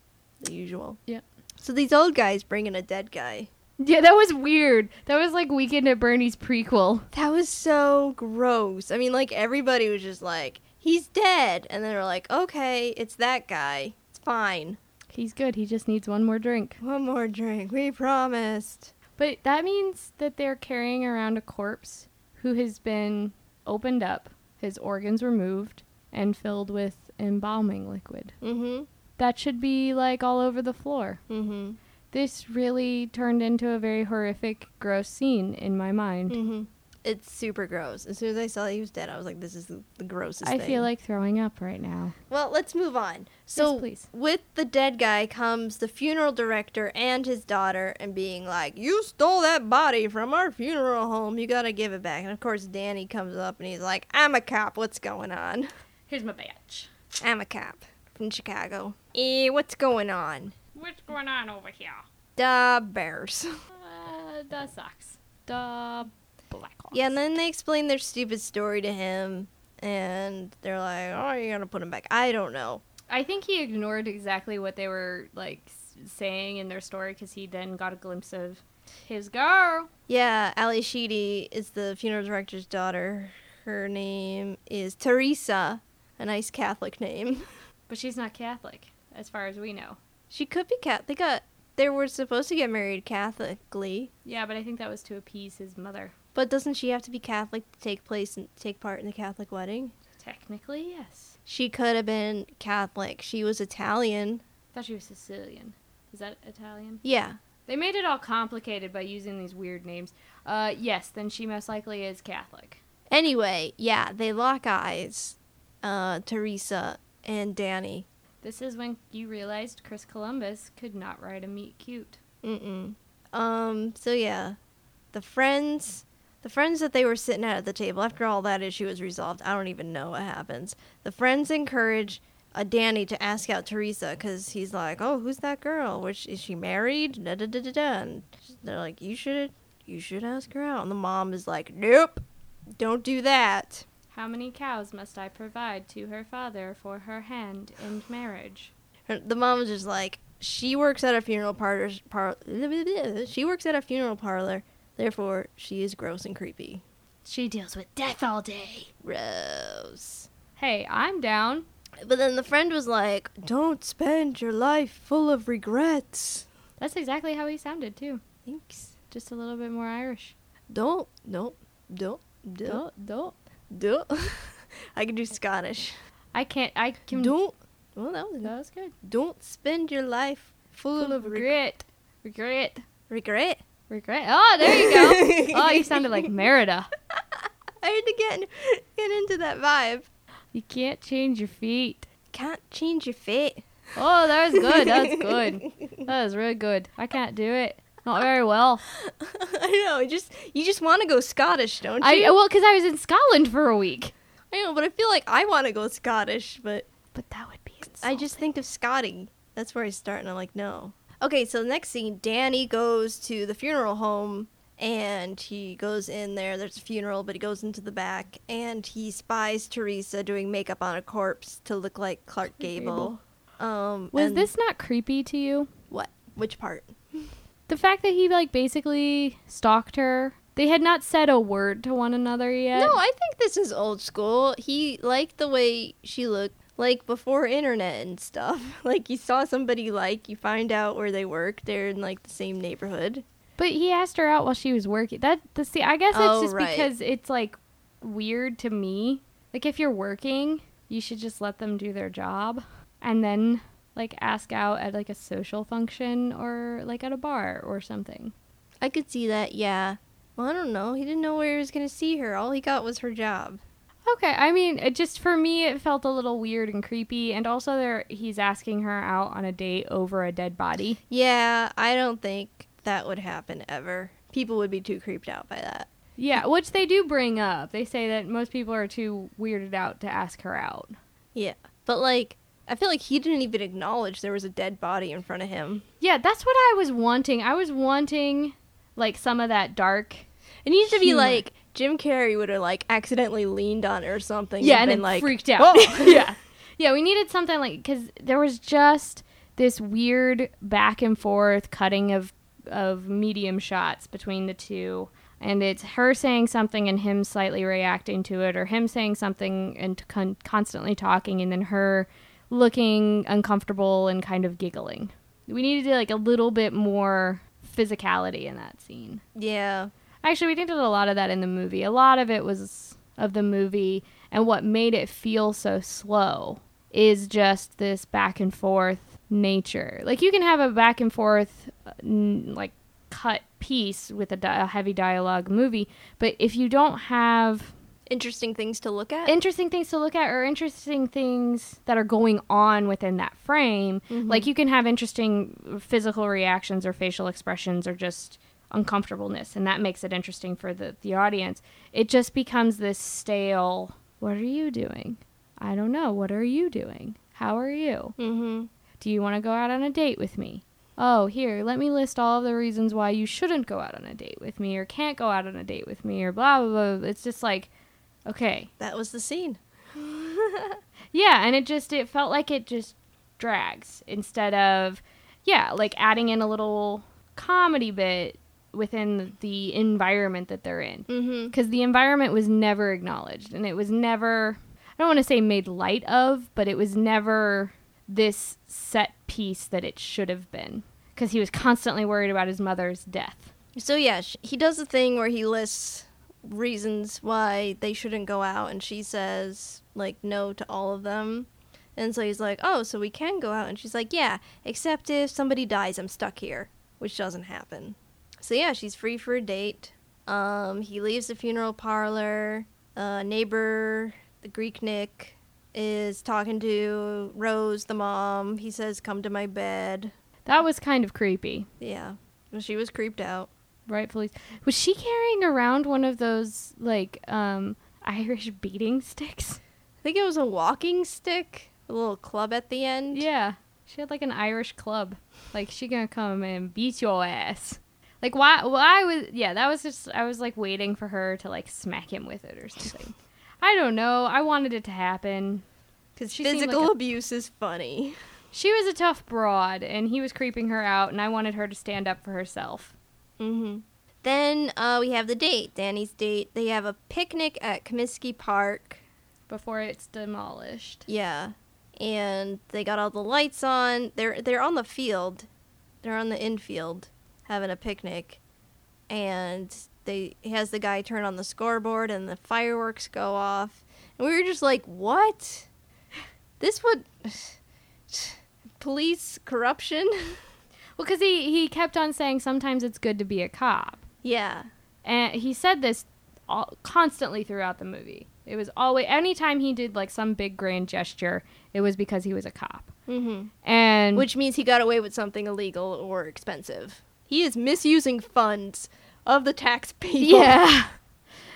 Speaker 1: The usual.
Speaker 2: Yep.
Speaker 1: So these old guys bring in a dead guy.
Speaker 2: Yeah, that was weird. That was like Weekend at Bernie's prequel.
Speaker 1: That was so gross. I mean, like everybody was just like, "He's dead," and then they're like, "Okay, it's that guy. It's fine.
Speaker 2: He's good. He just needs one more drink.
Speaker 1: One more drink. We promised."
Speaker 2: But that means that they're carrying around a corpse who has been opened up, his organs removed, and filled with embalming liquid.
Speaker 1: Mhm.
Speaker 2: That should be like all over the floor.
Speaker 1: Mhm.
Speaker 2: This really turned into a very horrific, gross scene in my mind.
Speaker 1: Mhm. It's super gross. As soon as I saw that he was dead, I was like, "This is the the grossest."
Speaker 2: I
Speaker 1: thing.
Speaker 2: feel like throwing up right now.
Speaker 1: Well, let's move on. So,
Speaker 2: please.
Speaker 1: with the dead guy comes the funeral director and his daughter, and being like, "You stole that body from our funeral home. You gotta give it back." And of course, Danny comes up and he's like, "I'm a cop. What's going on?"
Speaker 2: Here's my badge.
Speaker 1: I'm a cop from Chicago. Eh, what's going on?
Speaker 2: What's going on over here?
Speaker 1: The Bears.
Speaker 2: Uh, the socks. The black Hawks.
Speaker 1: Yeah, and then they explain their stupid story to him, and they're like, "Oh, you're gonna put him back." I don't know.
Speaker 2: I think he ignored exactly what they were like s- saying in their story because he then got a glimpse of his girl.
Speaker 1: Yeah, Ali Sheedy is the funeral director's daughter. Her name is Teresa, a nice Catholic name.
Speaker 2: But she's not Catholic, as far as we know.
Speaker 1: She could be cat. They got they were supposed to get married Catholicly,
Speaker 2: Yeah, but I think that was to appease his mother.
Speaker 1: but doesn't she have to be Catholic to take place and take part in the Catholic wedding?
Speaker 2: Technically, yes.
Speaker 1: She could have been Catholic. She was Italian.
Speaker 2: I thought she was Sicilian. Is that Italian?
Speaker 1: Yeah.
Speaker 2: They made it all complicated by using these weird names. Uh, yes, then she most likely is Catholic.
Speaker 1: Anyway, yeah, they lock eyes. Uh, Teresa and Danny.
Speaker 2: This is when you realized Chris Columbus could not write a meet cute.
Speaker 1: Mm-mm. Um. So yeah, the friends The friends that they were sitting at at the table, after all that issue is resolved, I don't even know what happens. The friends encourage uh, Danny to ask out Teresa because he's like, "Oh, who's that girl? Which is she married?" Da da da da da. And they're like, "You should, you should ask her out." And the mom is like, "Nope, don't do that."
Speaker 2: How many cows must I provide to her father for her hand in marriage?
Speaker 1: Her, the mom was just like, "She works at a funeral parlor. Par- she works at a funeral parlor. Therefore, she is gross and creepy."
Speaker 2: She deals with death all day.
Speaker 1: Gross.
Speaker 2: Hey, I'm down.
Speaker 1: But then the friend was like, "Don't spend your life full of regrets."
Speaker 2: That's exactly how he sounded, too.
Speaker 1: Thanks.
Speaker 2: Just a little bit more Irish.
Speaker 1: Don't, no, don't, don't,
Speaker 2: Don't, don't.
Speaker 1: don't. I can do Scottish.
Speaker 2: I can't, I can.
Speaker 1: Don't. Well, that was
Speaker 2: That was good.
Speaker 1: Don't spend your life full,
Speaker 2: Full of
Speaker 1: reg-
Speaker 2: regret. Regret.
Speaker 1: regret.
Speaker 2: Regret. Oh, there you go. oh, you sounded like Merida.
Speaker 1: I had to get get into that vibe.
Speaker 2: You can't change your feet.
Speaker 1: Can't change your fate.
Speaker 2: Oh, that was good. That was good. That was really good. I can't do it. Not very well.
Speaker 1: I know. You just you just want to go Scottish, don't
Speaker 2: I
Speaker 1: you?
Speaker 2: well, because I was in Scotland for a week.
Speaker 1: I know, but I feel like I want to go Scottish, but
Speaker 2: But that would be.
Speaker 1: I just think of Scotty. That's where I start, and I'm like, no. Okay, so the next scene, Danny goes to the funeral home, and he goes in there. There's a funeral, but he goes into the back, and he spies Teresa doing makeup on a corpse to look like Clark Gable. Um,
Speaker 2: was
Speaker 1: and-
Speaker 2: this not creepy to you?
Speaker 1: what? Which part?
Speaker 2: The fact that he like basically stalked her. They had not said a word to one another yet.
Speaker 1: No, I think this is old school. He liked the way she looked, like before internet and stuff. Like you saw somebody you like, you find out where they work. They're in like the same neighborhood.
Speaker 2: but he asked her out while she was working. That the see, I guess it's
Speaker 1: Oh,
Speaker 2: just
Speaker 1: right.
Speaker 2: because it's like weird to me. Like if you're working, you should just let them do their job and then like ask out at like a social function or like at a bar or something.
Speaker 1: I could see that, yeah. Well, I don't know. He didn't know where he was going to see her. All he got was her job.
Speaker 2: Okay, I mean, it just for me, it felt a little weird and creepy, and also there he's asking her out on a date over a dead body.
Speaker 1: Yeah, I don't think that would happen ever. People would be too creeped out by that.
Speaker 2: Yeah, which they do bring up. They say that most people are too weirded out to ask her out.
Speaker 1: Yeah. But, like, I feel like he didn't even acknowledge there was a dead body in front of him.
Speaker 2: Yeah, that's what I was wanting. I was wanting like some of that dark.
Speaker 1: It needs to be
Speaker 2: Humor.
Speaker 1: like Jim Carrey would have, like, accidentally leaned on her or something.
Speaker 2: Yeah, and
Speaker 1: been
Speaker 2: then
Speaker 1: like,
Speaker 2: freaked out.
Speaker 1: "Whoa."
Speaker 2: yeah. Yeah, we needed something like cuz there was just this weird back and forth cutting of of medium shots between the two. And it's her saying something and him slightly reacting to it, or him saying something and con- constantly talking, and then her looking uncomfortable and kind of giggling. We needed like a little bit more physicality in that scene.
Speaker 1: yeah.
Speaker 2: Actually, we did a lot of that in the movie. A lot of it was of the movie, and what made it feel so slow is just this back and forth nature. Like you can have a back and forth, uh, n- like cut piece with a, di- a heavy dialogue movie, but if you don't have
Speaker 1: Interesting things to look at.
Speaker 2: interesting things to look at or interesting things that are going on within that frame like you can have interesting physical reactions or facial expressions or just uncomfortableness and that makes it interesting for the, the audience it just becomes this stale what are you doing i don't know what are you doing how are you
Speaker 1: mm-hmm.
Speaker 2: do you want to go out on a date with me oh here let me list all of the reasons why you shouldn't go out on a date with me or can't go out on a date with me or blah blah blah it's just like okay
Speaker 1: That was the scene.
Speaker 2: yeah, and it just it felt like it just drags instead of yeah, like adding in a little comedy bit within the environment that they're in.
Speaker 1: Mm-hmm.
Speaker 2: Cuz the environment was never acknowledged and it was never I don't want to say made light of, but it was never this set piece that it should have been cuz he was constantly worried about his mother's death.
Speaker 1: So yeah, sh- he does a thing where he lists reasons why they shouldn't go out, and she says like no to all of them. And so he's like, "Oh, so we can go out?" And she's like, "Yeah, except if somebody dies, I'm stuck here," which doesn't happen. So yeah, she's free for a date. Um, he leaves the funeral parlor. Uh, neighbor, the Greek Nick, is talking to Rose, the mom. He says, "Come to my bed."
Speaker 2: That was kind of creepy.
Speaker 1: Yeah, she was creeped out.
Speaker 2: rightfully was she carrying around one of those like um Irish beating sticks?
Speaker 1: I think it was a walking stick, a little club at the end.
Speaker 2: Yeah. She had like an Irish club. Like she gonna come and beat your ass. Like why why was yeah, that was just I was like waiting for her to like smack him with it or something. I don't know. I wanted it to happen.
Speaker 1: Because
Speaker 2: she seemed like
Speaker 1: physical
Speaker 2: a-
Speaker 1: abuse is funny.
Speaker 2: She was a tough broad and he was creeping her out and I wanted her to stand up for herself.
Speaker 1: Mm-hmm. Then uh, we have the date, Danny's date. They have a picnic at Comiskey Park.
Speaker 2: Before it's demolished.
Speaker 1: Yeah, and they got all the lights on. They're they're on the field. They're on the infield having a picnic, and they he has the guy turn on the scoreboard, and the fireworks go off. And we were just like, what? This would police corruption?
Speaker 2: Well, because he, he kept on saying sometimes it's good to be a cop.
Speaker 1: yeah,
Speaker 2: and he said this all, constantly throughout the movie. It was always anytime he did like some big grand gesture, it was because he was a cop.
Speaker 1: mm-hmm.
Speaker 2: And
Speaker 1: which means he got away with something illegal or expensive. He is misusing funds of the taxpayer.
Speaker 2: yeah,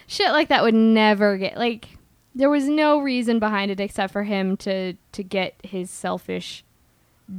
Speaker 2: shit like that would never get like there was no reason behind it except for him to to get his selfish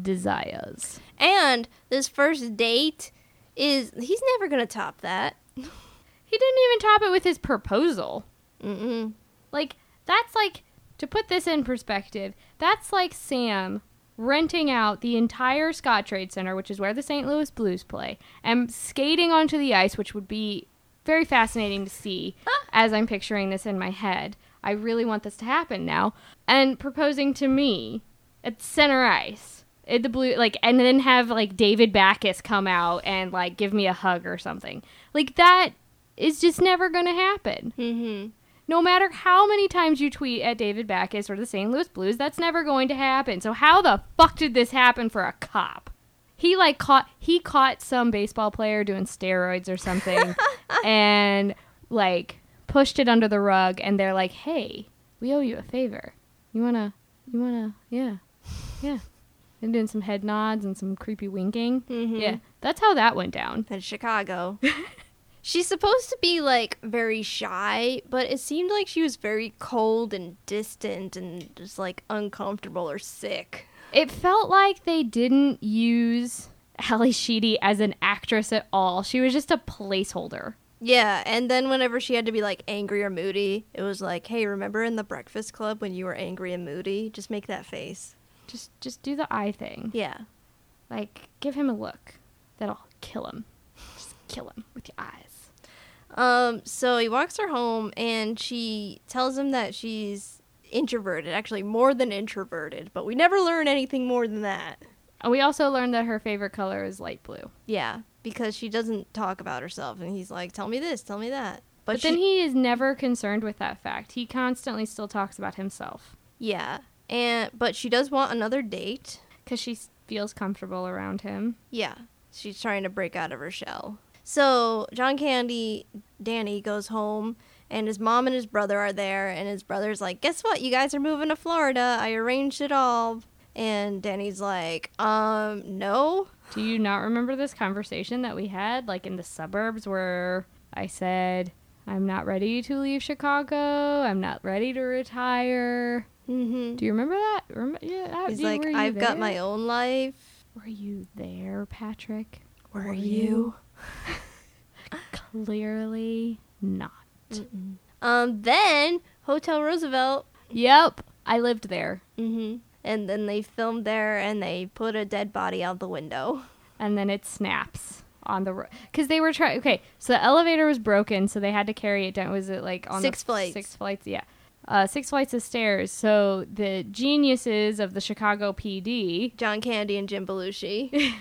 Speaker 2: desires.
Speaker 1: And this first date is he's never gonna top that.
Speaker 2: He didn't even top it with his proposal.
Speaker 1: Mm-mm.
Speaker 2: Like, that's like, to put this in perspective, that's like Sam renting out the entire Scott Trade Center, which is where the St. Louis Blues play, and skating onto the ice, which would be very fascinating to see as I'm picturing this in my head. I really want this to happen now. And proposing to me at center ice. At the blue like and then have like David Backus come out and like give me a hug or something. Like that is just never gonna happen.
Speaker 1: Mm-hmm.
Speaker 2: No matter how many times you tweet at David Backus or the St. Louis Blues, that's never going to happen. So how the fuck did this happen for a cop? He like caught he caught some baseball player doing steroids or something and like pushed it under the rug and they're like, "Hey, we owe you a favor. You want to you want to yeah. Yeah." And doing some head nods and some creepy winking.
Speaker 1: Mhm.
Speaker 2: Yeah. That's how that went down.
Speaker 1: In Chicago. She's supposed to be like very shy, but it seemed like she was very cold and distant and just like uncomfortable or sick.
Speaker 2: It felt like they didn't use Ally Sheedy as an actress at all. She was just a placeholder.
Speaker 1: Yeah, and then whenever she had to be like angry or moody, it was like, hey, remember in the Breakfast Club when you were angry and moody? Just make that face.
Speaker 2: Just just do the eye thing.
Speaker 1: Yeah.
Speaker 2: Like give him a look. That'll kill him. Just kill him with your eyes.
Speaker 1: Um, so he walks her home and she tells him that she's introverted, actually more than introverted, but we never learn anything more than that.
Speaker 2: And we also learned that her favorite color is light blue.
Speaker 1: Yeah, because she doesn't talk about herself and he's like, Tell me this, tell me that. But,
Speaker 2: But,
Speaker 1: she,
Speaker 2: then he is never concerned with that fact. He constantly still talks about himself
Speaker 1: Yeah. And but she does want another date.
Speaker 2: cuz she s- feels comfortable around him.
Speaker 1: Yeah. She's trying to break out of her shell. So John Candy Danny goes home and his mom and his brother are there and his brother's like, Guess what? You guys are moving to Florida. I arranged it all and Danny's like, Um, no.
Speaker 2: Do you not remember this conversation that we had, like in the suburbs, where I said, I'm not ready to leave Chicago. I'm not ready to retire.
Speaker 1: Mm-hmm.
Speaker 2: Do you remember that? Rem- yeah, I-
Speaker 1: He's
Speaker 2: do you-
Speaker 1: like,
Speaker 2: were you
Speaker 1: I've got
Speaker 2: there?
Speaker 1: my own life.
Speaker 2: Were you there, Patrick?
Speaker 1: Were
Speaker 2: Were
Speaker 1: you?
Speaker 2: Clearly not.
Speaker 1: Um, then Hotel Roosevelt.
Speaker 2: Yep, I lived there.
Speaker 1: Mm-hmm. And then they filmed there and they put a dead body out the window.
Speaker 2: and then it snaps on the road because they were trying. Okay, so the elevator was broken, so they had to carry it down. Was it like on the
Speaker 1: Six flights.
Speaker 2: Six flights, yeah, uh, six flights of stairs. So the geniuses of the Chicago PD
Speaker 1: John Candy and Jim Belushi.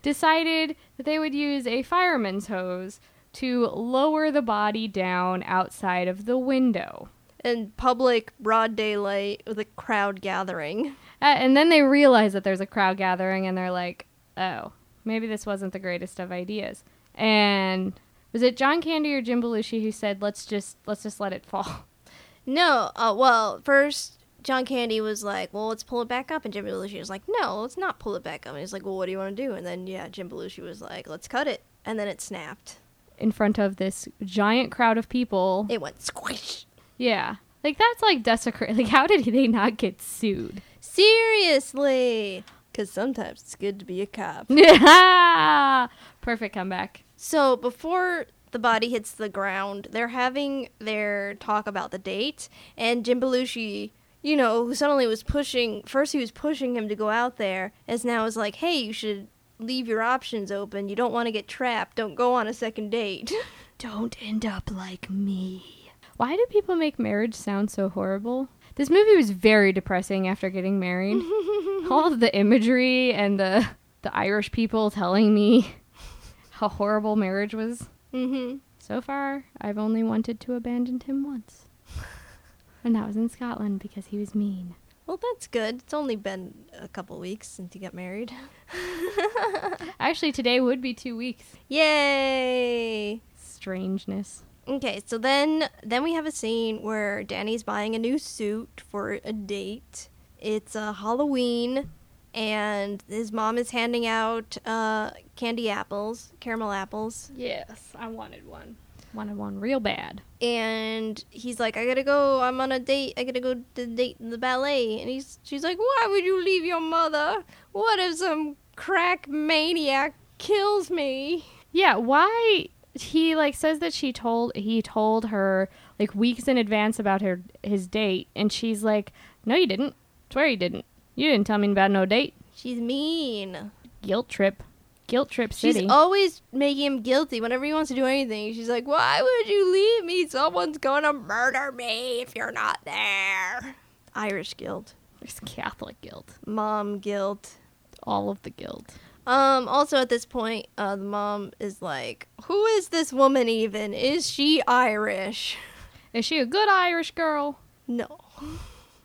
Speaker 2: decided that they would use a fireman's hose to lower the body down outside of the window.
Speaker 1: in public, broad daylight, with a crowd gathering.
Speaker 2: Uh, and then they realize that there's a crowd gathering and they're like, oh, maybe this wasn't the greatest of ideas. And was it John Candy or Jim Belushi who said, let's just let's just let it fall?
Speaker 1: No, uh, well, first John Candy was like, "Well, let's pull it back up," and Jim Belushi was like, "No, let's not pull it back up." And he's like, "Well, what do you want to do?" And then yeah, Jim Belushi was like, "Let's cut it," and then it snapped.
Speaker 2: in front of this giant crowd of people.
Speaker 1: It went squish.
Speaker 2: yeah. Like that's like desecrate. Like how did they not get sued?
Speaker 1: Seriously. Because sometimes it's good to be a cop.
Speaker 2: Yeah. Perfect comeback.
Speaker 1: So before the body hits the ground, they're having their talk about the date, and Jim Belushi, you know, who suddenly was pushing, first he was pushing him to go out there, is now is like, hey, you should leave your options open. You don't want to get trapped. Don't go on a second date.
Speaker 2: Don't end up like me. Why do people make marriage sound so horrible? This movie was very depressing after getting married. All of the imagery and the the Irish people telling me how horrible marriage was.
Speaker 1: mm-hmm.
Speaker 2: So far, I've only wanted to abandon him once. And that was in Scotland because he was mean.
Speaker 1: Well, that's good. It's only been a couple weeks since you got married.
Speaker 2: Actually, today would be 2 weeks.
Speaker 1: Yay!
Speaker 2: Strangeness.
Speaker 1: Okay, so then then we have a scene where Danny's buying a new suit for a date. It's a Halloween, and his mom is handing out uh, candy apples, caramel apples,
Speaker 2: Yes, I wanted one. Wanted one real bad.
Speaker 1: and he's like, "I gotta go. I'm on a date. I gotta go to the date the ballet." And he's she's like, "Why would you leave your mother? What if some crack maniac kills me?"
Speaker 2: Yeah, why he like says that she told he told her like weeks in advance about her his date and she's like, "No you didn't. Swear you didn't. You didn't tell me about no date."
Speaker 1: She's mean.
Speaker 2: Guilt trip. Guilt trip city.
Speaker 1: She's always making him guilty whenever he wants to do anything. She's like, Why would you leave me? Someone's going to murder me if you're not there. Irish guilt,
Speaker 2: There's Catholic guilt.
Speaker 1: mom guilt.
Speaker 2: All of the guilt.
Speaker 1: Um, also, at this point, uh, the mom is like, Who is this woman even? Is she Irish?
Speaker 2: Is she a good Irish girl?
Speaker 1: No.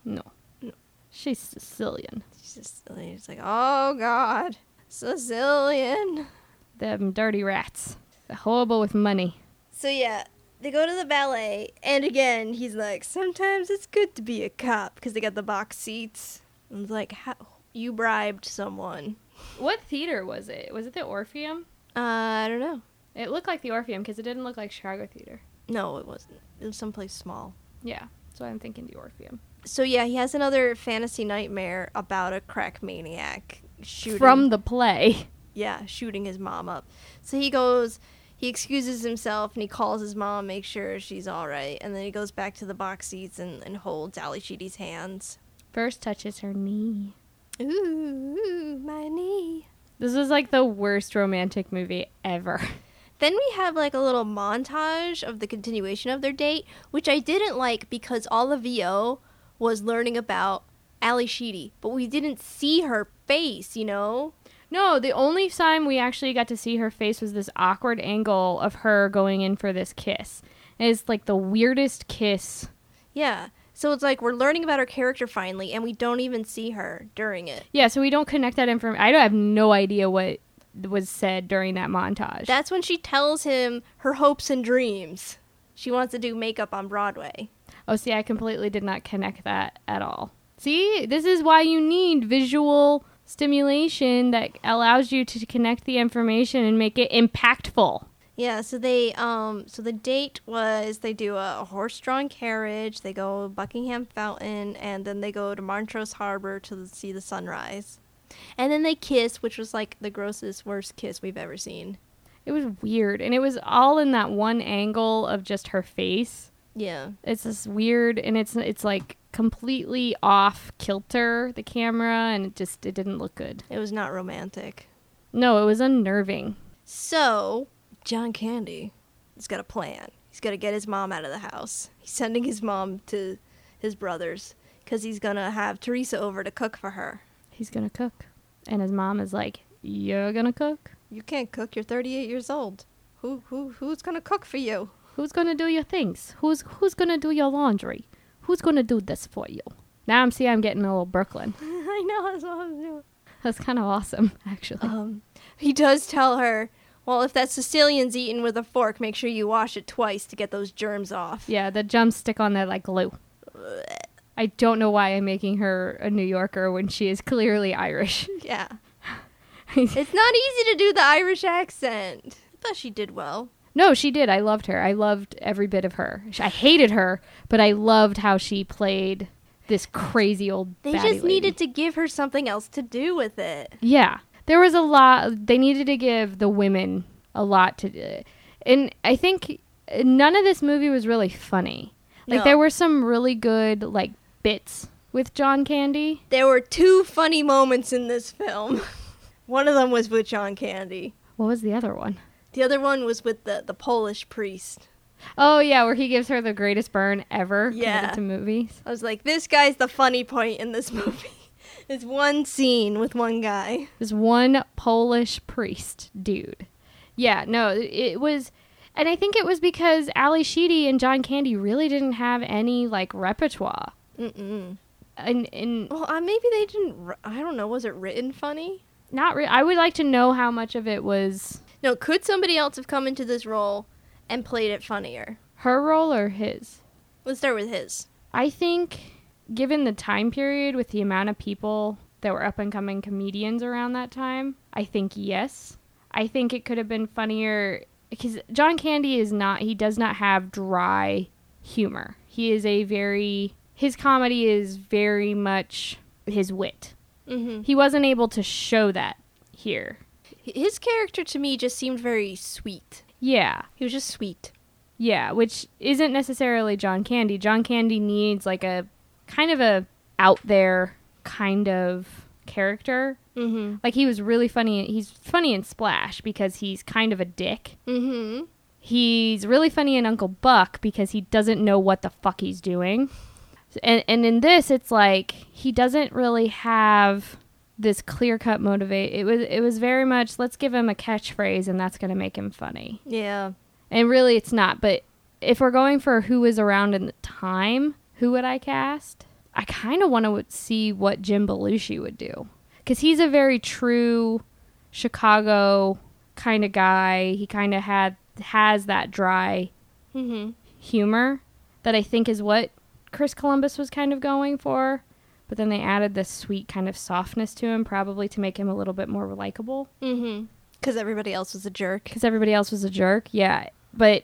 Speaker 2: No. She's Sicilian.
Speaker 1: She's just She's like, Oh, God. Sicilian.
Speaker 2: Them dirty rats. The horrible with money.
Speaker 1: So yeah, they go to the ballet, and again, he's like, sometimes it's good to be a cop because they got the box seats. And it's like, how, you bribed someone.
Speaker 2: What theater was it? Was it the Orpheum?
Speaker 1: Uh, I don't know.
Speaker 2: It looked like the Orpheum because it didn't look like Chicago Theater.
Speaker 1: No, it wasn't. It was someplace small.
Speaker 2: Yeah, so I'm thinking the Orpheum.
Speaker 1: So yeah, he has another fantasy nightmare about a crack maniac shooting
Speaker 2: From the play.
Speaker 1: yeah, shooting his mom up. So he goes, he excuses himself and he calls his mom, make sure she's all right, and then he goes back to the box seats and, and holds Ali Sheedy's hands.
Speaker 2: First touches her knee.
Speaker 1: Ooh, my knee.
Speaker 2: This is like the worst romantic movie ever.
Speaker 1: Then we have like a little montage of the continuation of their date, which I didn't like because all of VO was learning about Ali Sheedy, but we didn't see her face, you know?
Speaker 2: No, the only time we actually got to see her face was this awkward angle of her going in for this kiss. And It's like the weirdest kiss.
Speaker 1: Yeah. So it's like we're learning about her character finally, and we don't even see her during it.
Speaker 2: Yeah, so we don't connect that information. I don't have no idea what was said during that montage.
Speaker 1: That's when she tells him her hopes and dreams. She wants to do makeup on Broadway.
Speaker 2: oh, see, I completely did not connect that at all. See, this is why you need visual stimulation that allows you to connect the information and make it impactful.
Speaker 1: Yeah, so they um so the date was they do a, a horse-drawn carriage, they go Buckingham Fountain, and then they go to Montrose Harbor to see the sunrise. And then they kiss, which was like the grossest worst kiss we've ever seen.
Speaker 2: It was weird, and it was all in that one angle of just her face.
Speaker 1: Yeah.
Speaker 2: It's this weird, and it's it's like completely off kilter the camera, and it just it didn't look good.
Speaker 1: It was not romantic.
Speaker 2: No, it was unnerving.
Speaker 1: So, John Candy has got a plan. He's got to get his mom out of the house. He's sending his mom to his brother's cuz he's going to have Teresa over to cook for her.
Speaker 2: He's gonna cook, and his mom is like, "You're gonna cook?
Speaker 1: You can't cook, you're 38 years old. Who who who's going to cook for you?
Speaker 2: Who's gonna do your things? Who's who's gonna do your laundry? Who's gonna do this for you?" Now I'm see I'm getting a little Brooklyn.
Speaker 1: I know that's what I'm doing.
Speaker 2: That's kind of awesome, actually.
Speaker 1: Um, he does tell her, "Well, if that Sicilian's eaten with a fork, make sure you wash it twice to get those germs off."
Speaker 2: Yeah, the jumps stick on there like glue. I don't know why I'm making her a New Yorker when she is clearly Irish.
Speaker 1: Yeah, it's not easy to do the Irish accent. I thought she did well.
Speaker 2: No, she did. I loved her. I loved every bit of her. Sh- I hated her, but I loved how she played this crazy old.
Speaker 1: They
Speaker 2: batty
Speaker 1: just
Speaker 2: lady.
Speaker 1: needed to give her something else to do with it.
Speaker 2: Yeah, there was a lot. They needed to give the women a lot to, and I think none of this movie was really funny. Like
Speaker 1: No.
Speaker 2: there were some really good like bits with John Candy.
Speaker 1: There were two funny moments in this film. one of them was with John Candy.
Speaker 2: What was the other one?
Speaker 1: The other one was with the, the Polish priest.
Speaker 2: Oh yeah, where he gives her the greatest burn ever
Speaker 1: Yeah.
Speaker 2: committed to movies.
Speaker 1: I was like, this guy's the funny point in this movie. It's one scene with one guy.
Speaker 2: This one Polish priest dude. Yeah, no, it was, and I think it was because Ali Sheedy and John Candy really didn't have any like repertoire.
Speaker 1: Mm-mm.
Speaker 2: And and
Speaker 1: Well, uh, maybe they didn't. wr- I don't know. Was it written funny?
Speaker 2: not re- I would like to know how much of it was
Speaker 1: No. Could somebody else have come into this role and played it funnier?
Speaker 2: her role or his.
Speaker 1: Let's start with his.
Speaker 2: I think given the time period with the amount of people that were up and coming comedians around that time, I think yes. I think it could have been funnier because John Candy is not he does not have dry humor. He is a very his comedy is very much his wit.
Speaker 1: Mm-hmm.
Speaker 2: He wasn't able to show that here.
Speaker 1: His character to me just seemed very sweet.
Speaker 2: Yeah.
Speaker 1: He was just sweet.
Speaker 2: Yeah, which isn't necessarily John Candy. John Candy needs like a kind of a out there kind of character.
Speaker 1: Mm-hmm.
Speaker 2: Like he was really funny. He's funny in Splash because he's kind of a dick.
Speaker 1: Mm-hmm.
Speaker 2: He's really funny in Uncle Buck because he doesn't know what the fuck he's doing. And and in this it's like he doesn't really have this clear-cut motivate. It was it was very much let's give him a catchphrase and that's going to make him funny.
Speaker 1: Yeah.
Speaker 2: And really, it's not. But if we're going for who was around in the time, who would I cast? I kind of want to see what Jim Belushi would do. Because he's a very true Chicago kind of guy. He kind of had has that dry
Speaker 1: Mm-hmm.
Speaker 2: humor that I think is what Chris Columbus was kind of going for. But then they added this sweet kind of softness to him, probably to make him a little bit more likable
Speaker 1: Mm-hmm. Because everybody else was a jerk.
Speaker 2: because everybody else was a jerk. Yeah, but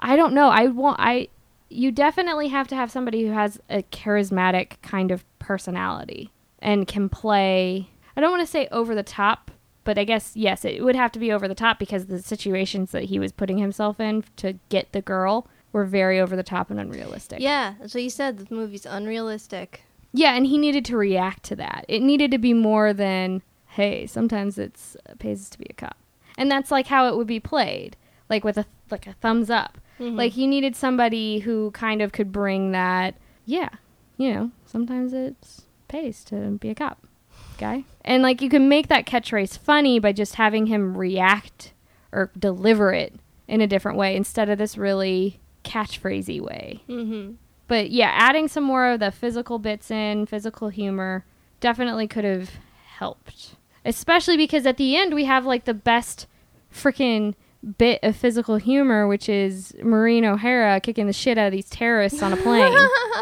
Speaker 2: I don't know. I want I. You definitely have to have somebody who has a charismatic kind of personality and can play. I don't want to say over the top, but I guess yes, it would have to be over the top because the situations that he was putting himself in to get the girl were very over the top and unrealistic.
Speaker 1: Yeah. So you said the movie's unrealistic.
Speaker 2: Yeah, and he needed to react to that. It needed to be more than, hey, sometimes it's it pays to be a cop. And that's like how it would be played, like with a like a thumbs up. Like you needed somebody who kind of could bring that, yeah, you know, sometimes it's pays to be a cop guy. And like you can make that catchphrase funny by just having him react or deliver it in a different way instead of this really catchphrasey way.
Speaker 1: Mm-hmm.
Speaker 2: But yeah, adding some more of the physical bits in, physical humor, definitely could have helped. Especially because at the end we have like the best freaking bit of physical humor, which is Maureen O'Hara kicking the shit out of these terrorists on a plane.
Speaker 1: Oh,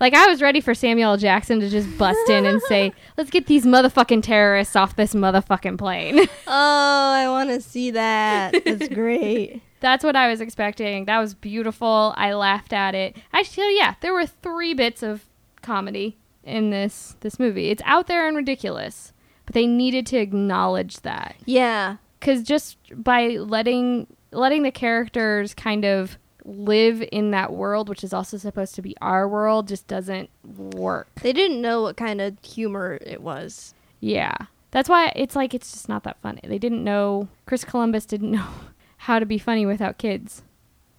Speaker 2: like I was ready for Samuel L. Jackson to just bust in and say, "Let's get these motherfucking terrorists off this motherfucking plane."
Speaker 1: Oh, I want to see that. That's great.
Speaker 2: That's what I was expecting. That was beautiful. I laughed at it. Actually, yeah, there were three bits of comedy in this this movie. It's out there and ridiculous, but they needed to acknowledge that
Speaker 1: Yeah.
Speaker 2: because just by letting letting the characters kind of live in that world, which is also supposed to be our world, just doesn't work.
Speaker 1: They didn't know what kind of humor it was.
Speaker 2: Yeah. That's why it's like it's just not that funny. They didn't know Chris Columbus didn't know how to be funny without kids.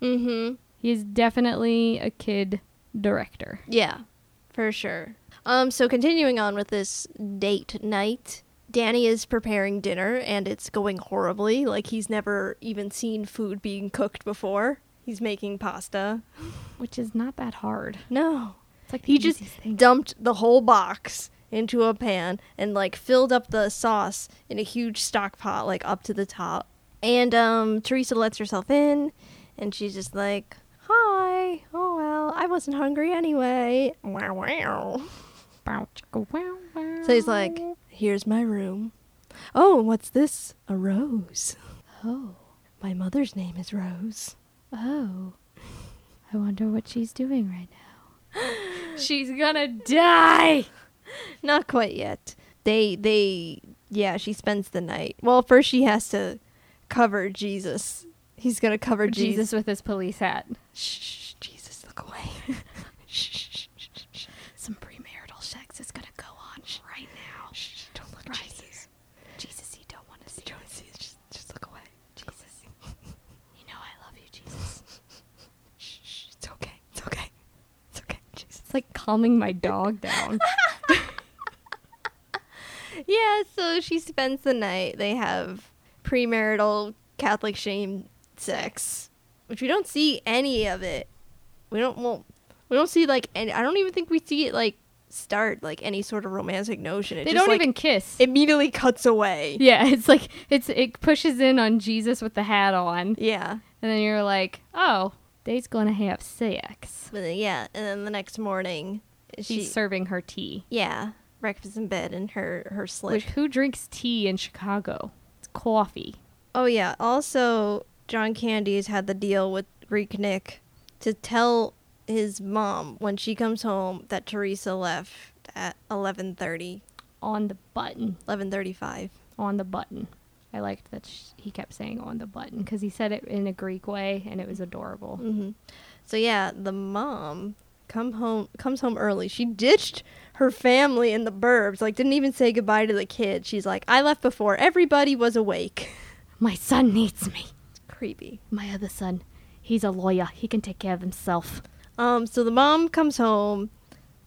Speaker 1: Mm-hmm.
Speaker 2: He is definitely a kid director.
Speaker 1: Yeah, for sure. Um, so continuing on with this date night, Danny is preparing dinner and it's going horribly. Like he's never even seen food being cooked before. He's making pasta.
Speaker 2: Which is not that hard.
Speaker 1: No.
Speaker 2: It's like the
Speaker 1: He just
Speaker 2: easiest thing.
Speaker 1: dumped the whole box into a pan and like filled up the sauce in a huge stock pot, like up to the top. And um, Teresa lets herself in and she's just like, Hi, oh well, I wasn't hungry anyway. Wow, wow.
Speaker 2: Bow, chicka, wow, wow.
Speaker 1: So he's like, "Here's my room." Oh, what's this? A rose.
Speaker 2: oh,
Speaker 1: My mother's name is Rose.
Speaker 2: Oh. I wonder what she's doing right now. she's gonna die.
Speaker 1: Not quite yet. They they yeah, she spends the night. Well, first she has to cover Jesus. He's gonna cover Jesus.
Speaker 2: Jesus with his police hat.
Speaker 1: Shh, Jesus, look away. shh, shh, shh, shh. Some premarital sex is gonna go on right now. Shh, don't look, Jesus. Jesus, you don't want to see. Don't see. Just, just look away. Jesus, you know I love you, Jesus. shh, shh, it's okay. It's okay. It's okay, Jesus.
Speaker 2: It's like calming my dog down.
Speaker 1: Yeah, so she spends the night. They have premarital Catholic shame sex, which we don't see any of it. We don't well, we don't see like any. I don't even think we see it like start like any sort of romantic notion. It
Speaker 2: they
Speaker 1: just,
Speaker 2: don't
Speaker 1: like,
Speaker 2: even kiss.
Speaker 1: immediately cuts away.
Speaker 2: yeah, it's like it's it pushes in on Jesus with the hat on,
Speaker 1: Yeah,
Speaker 2: and then you're like, oh, they's gonna have sex.
Speaker 1: but then, yeah, and then the next morning, she
Speaker 2: She's serving her tea.
Speaker 1: yeah breakfast in bed in her her slip.
Speaker 2: Which who drinks tea in Chicago? It's coffee.
Speaker 1: Oh yeah. Also, John Candy's had the deal with Greek Nick to tell his mom when she comes home that Teresa left at 11:30,
Speaker 2: On the button.
Speaker 1: 11:35.
Speaker 2: On the button. I liked that sh- he kept saying on the button because he said it in a Greek way and it was adorable.
Speaker 1: Mhm. So yeah, the mom come home comes home early. She ditched her family in the burbs, like didn't even say goodbye to the kid. She's like, "I left before everybody was awake."
Speaker 2: My son needs me.
Speaker 1: It's creepy.
Speaker 2: My other son, he's a lawyer. He can take care of himself.
Speaker 1: Um so the mom comes home.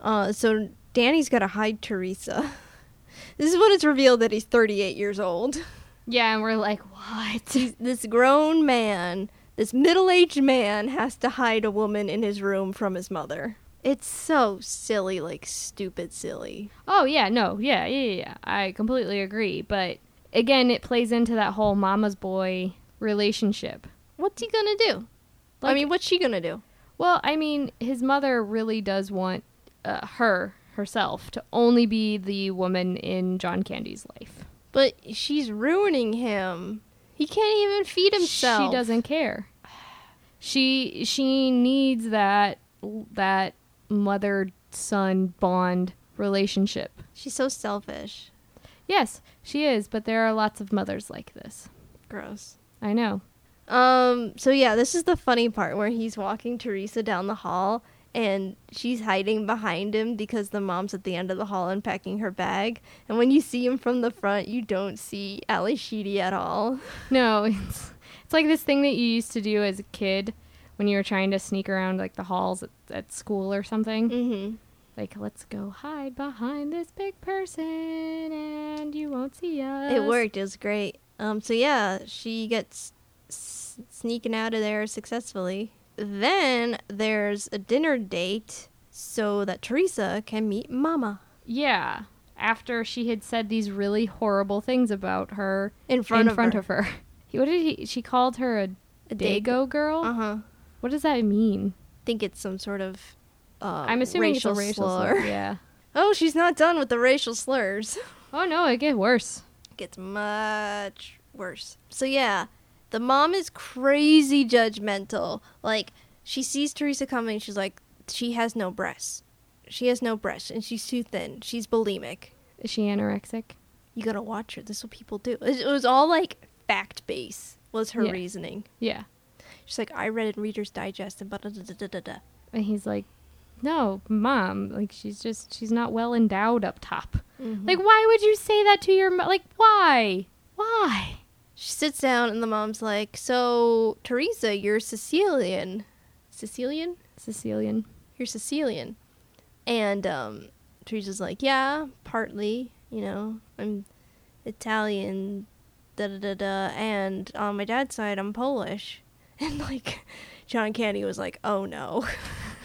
Speaker 1: Uh so Danny's got to hide Teresa. This is when it's revealed that he's 38 years old.
Speaker 2: Yeah, and we're like, what?
Speaker 1: He's- this grown man, this middle-aged man has to hide a woman in his room from his mother. It's so silly, like stupid silly.
Speaker 2: Oh yeah, no, yeah, yeah, yeah, yeah. I completely agree. But again, it plays into that whole mama's boy relationship.
Speaker 1: What's he gonna do? I
Speaker 2: Like-
Speaker 1: mean, what's she gonna do?
Speaker 2: Well, I mean, his mother really does want uh, her herself to only be the woman in John Candy's life.
Speaker 1: But she's ruining him. He can't even feed himself.
Speaker 2: She doesn't care. She she needs that that mother son bond relationship.
Speaker 1: She's so selfish.
Speaker 2: Yes, she is, but there are lots of mothers like this.
Speaker 1: Gross.
Speaker 2: I know.
Speaker 1: Um. So yeah, this is the funny part where he's walking Teresa down the hall, and she's hiding behind him because the mom's at the end of the hall unpacking her bag. And when you see him from the front, you don't see Ali Sheedy at all.
Speaker 2: No, it's it's like this thing that you used to do as a kid when you were trying to sneak around like the halls at, at school or something.
Speaker 1: Mm-hmm.
Speaker 2: Like, let's go hide behind this big person and you won't see us.
Speaker 1: It worked. It was great. Um. So yeah, she gets s- sneaking out of there successfully. Then there's a dinner date so that Teresa can meet Mama
Speaker 2: Yeah. After she had said these really horrible things about her
Speaker 1: in front
Speaker 2: in
Speaker 1: of
Speaker 2: front
Speaker 1: her.
Speaker 2: of her. He- What did he? She called her a
Speaker 1: A date.
Speaker 2: dago girl.
Speaker 1: Uh huh.
Speaker 2: What does that mean?
Speaker 1: think it's some sort of. Uh,
Speaker 2: I'm assuming
Speaker 1: racial
Speaker 2: it's a racial slur. Yeah.
Speaker 1: Oh, she's not done with the racial slurs.
Speaker 2: Oh no, it get worse.
Speaker 1: Gets much worse. So yeah, the mom is crazy judgmental. Like she sees Teresa coming, she's like, she has no breasts. She has no breasts, and she's too thin. She's bulimic.
Speaker 2: Is she anorexic?
Speaker 1: You gotta watch her. This is what people do. It it was all like fact based was her
Speaker 2: Yeah.
Speaker 1: reasoning.
Speaker 2: Yeah.
Speaker 1: She's like, I read in Reader's Digest and blah, da da da da da da.
Speaker 2: And he's like, "No, mom. Like she's just she's not well endowed up top.
Speaker 1: Mm.
Speaker 2: Like why would you say that to your mo- like why why?"
Speaker 1: She sits down, and the mom's like, "So, Teresa, you're Sicilian, Sicilian,
Speaker 2: Sicilian.
Speaker 1: you're Sicilian," and um, Teresa's like, "Yeah, partly. You know, I'm Italian, da da da da, and on my dad's side, I'm Polish." And like, John Candy was like, "Oh no."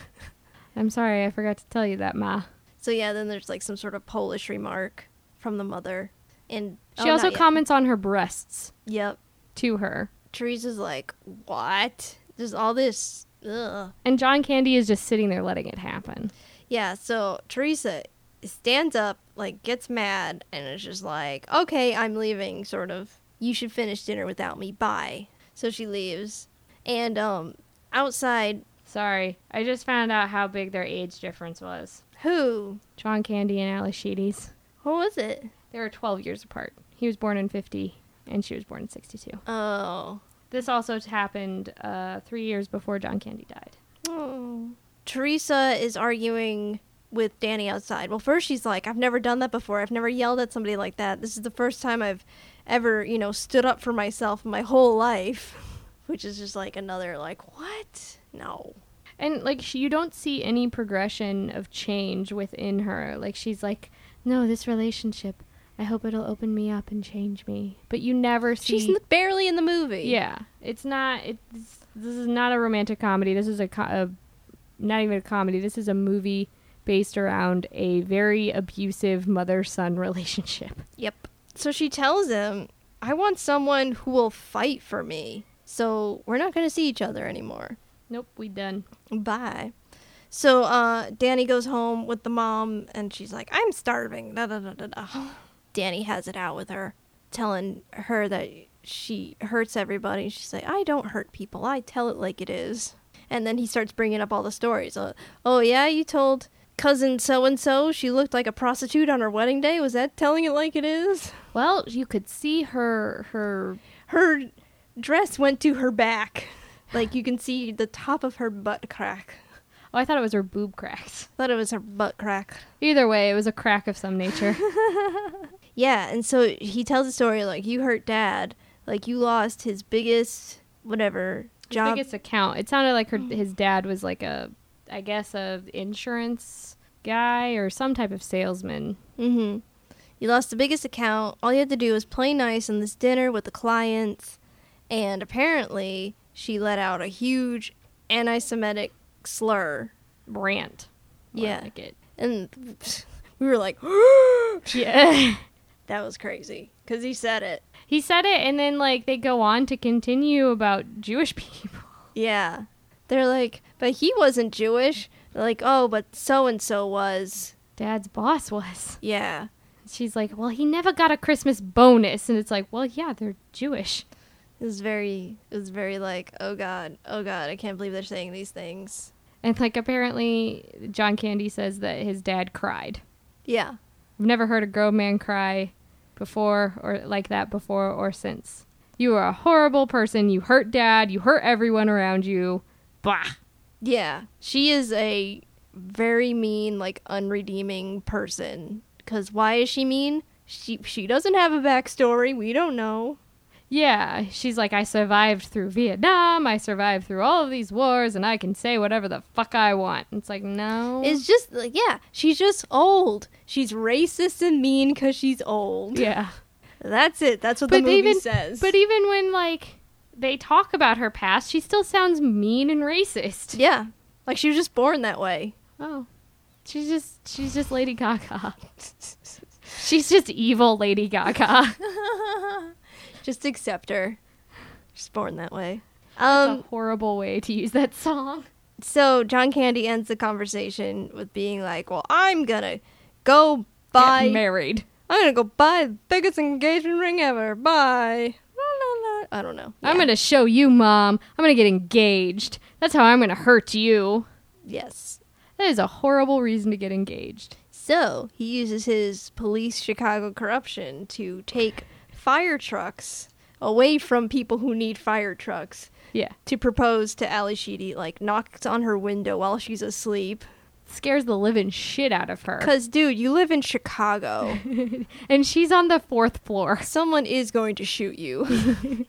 Speaker 2: I'm sorry, I forgot to tell you that, ma.
Speaker 1: so yeah, then there's like some sort of Polish remark from the mother, and
Speaker 2: She
Speaker 1: oh,
Speaker 2: also
Speaker 1: not yet.
Speaker 2: comments on her breasts
Speaker 1: Yep,
Speaker 2: to her.
Speaker 1: Teresa's like, "What?" There's all this. Ugh.
Speaker 2: And John Candy is just sitting there letting it happen.
Speaker 1: Yeah, so Teresa stands up, like gets mad, and is just like, "Okay, I'm leaving." Sort of. You should finish dinner without me. Bye. So she leaves. And um outside
Speaker 2: Sorry, I just found out how big their age difference was.
Speaker 1: who?
Speaker 2: John Candy and Alice Sheedy's.
Speaker 1: What was it?
Speaker 2: They were 12 years apart. He was born in 50, and she was born in 62.
Speaker 1: Oh.
Speaker 2: This also happened uh, three years before John Candy died.
Speaker 1: Oh. Teresa is arguing with Danny outside. Well, first she's like, I've never done that before. I've never yelled at somebody like that. This is the first time I've ever, you know, stood up for myself in my whole life. Which is just like another, like, what? No.
Speaker 2: And, like, she, you don't see any progression of change within her. Like, she's like, no, this relationship, I hope it'll open me up and change me. But you never see.
Speaker 1: She's n- barely in the movie.
Speaker 2: Yeah, it's not. It's this is not a romantic comedy. This is a, co- a not even a comedy. This is a movie based around a very abusive mother-son relationship.
Speaker 1: Yep. So she tells him, I want someone who will fight for me. So we're not going to see each other anymore.
Speaker 2: Nope, we done.
Speaker 1: Bye. So uh, Danny goes home with the mom, and she's like, "I'm starving." Da da da da da. Danny has it out with her, telling her that she hurts everybody. She's like, "I don't hurt people. I tell it like it is." And then he starts bringing up all the stories. Uh, oh yeah, you told cousin so and so she looked like a prostitute on her wedding day. Was that telling it like it is?
Speaker 2: Well, you could see her her
Speaker 1: Her dress went to her back, like you can see the top of her butt crack.
Speaker 2: Oh, I thought it was her boob cracks.
Speaker 1: Thought it was her butt crack.
Speaker 2: Either way, it was a crack of some nature.
Speaker 1: Yeah, and so he tells a story like you hurt dad, like you lost his biggest whatever
Speaker 2: Job.
Speaker 1: job.
Speaker 2: Biggest account. It sounded like her his dad was like a I guess a insurance guy or some type of salesman.
Speaker 1: hmm You lost the biggest account. All you had to do was play nice in this dinner with the clients, and apparently she let out a huge anti-Semitic slur,
Speaker 2: Brant. more
Speaker 1: Yeah.
Speaker 2: like it.
Speaker 1: and we were like,
Speaker 2: Yeah.
Speaker 1: that was crazy because he said it.
Speaker 2: He said it, and then like they go on to continue about Jewish people.
Speaker 1: Yeah, they're like, but he wasn't Jewish. They're like, oh, but so and so was.
Speaker 2: Dad's boss was.
Speaker 1: Yeah.
Speaker 2: She's like, well, he never got a Christmas bonus, and it's like, well, yeah, they're Jewish.
Speaker 1: It was very, it was very like, oh god, oh god, I can't believe they're saying these things.
Speaker 2: And like apparently, John Candy says that his dad cried.
Speaker 1: Yeah,
Speaker 2: I've never heard a grown man cry before or like that before or since. You are a horrible person. You hurt dad. You hurt everyone around you. Bah.
Speaker 1: yeah. She is a very mean, like unredeeming person. Cause why is she mean? She she doesn't have a backstory. We don't know.
Speaker 2: Yeah, she's like, I survived through Vietnam, I survived through all of these wars, and I can say whatever the fuck I want. It's like, no.
Speaker 1: It's just like, yeah, she's just old. She's racist and mean because she's old.
Speaker 2: yeah.
Speaker 1: That's it. That's what the
Speaker 2: But
Speaker 1: movie
Speaker 2: even,
Speaker 1: says.
Speaker 2: but e even when, like, they talk about her past, she still sounds mean and racist.
Speaker 1: yeah, like she was just born that way.
Speaker 2: Oh. She's just, she's just Lady Gaga. she's just evil Lady Gaga.
Speaker 1: just accept her. She's born that way. Um,
Speaker 2: It's a horrible way to use that song.
Speaker 1: so John Candy ends the conversation with being like, "Well, I'm gonna go buy.
Speaker 2: Get married.
Speaker 1: I'm gonna go buy the biggest engagement ring ever. Bye." La, la, la. I don't know.
Speaker 2: I'm
Speaker 1: Yeah.
Speaker 2: gonna show you, Mom. I'm gonna get engaged. That's how I'm gonna hurt you.
Speaker 1: yes.
Speaker 2: That is a horrible reason to get engaged.
Speaker 1: So he uses his police Chicago corruption to take fire trucks away from people who need fire trucks
Speaker 2: Yeah.
Speaker 1: to propose to Ali Sheedy. Like knocks on her window while she's asleep.
Speaker 2: Scares the living shit out of her.
Speaker 1: Cause dude, you live in Chicago.
Speaker 2: And she's on the fourth floor,
Speaker 1: Someone is going to shoot you.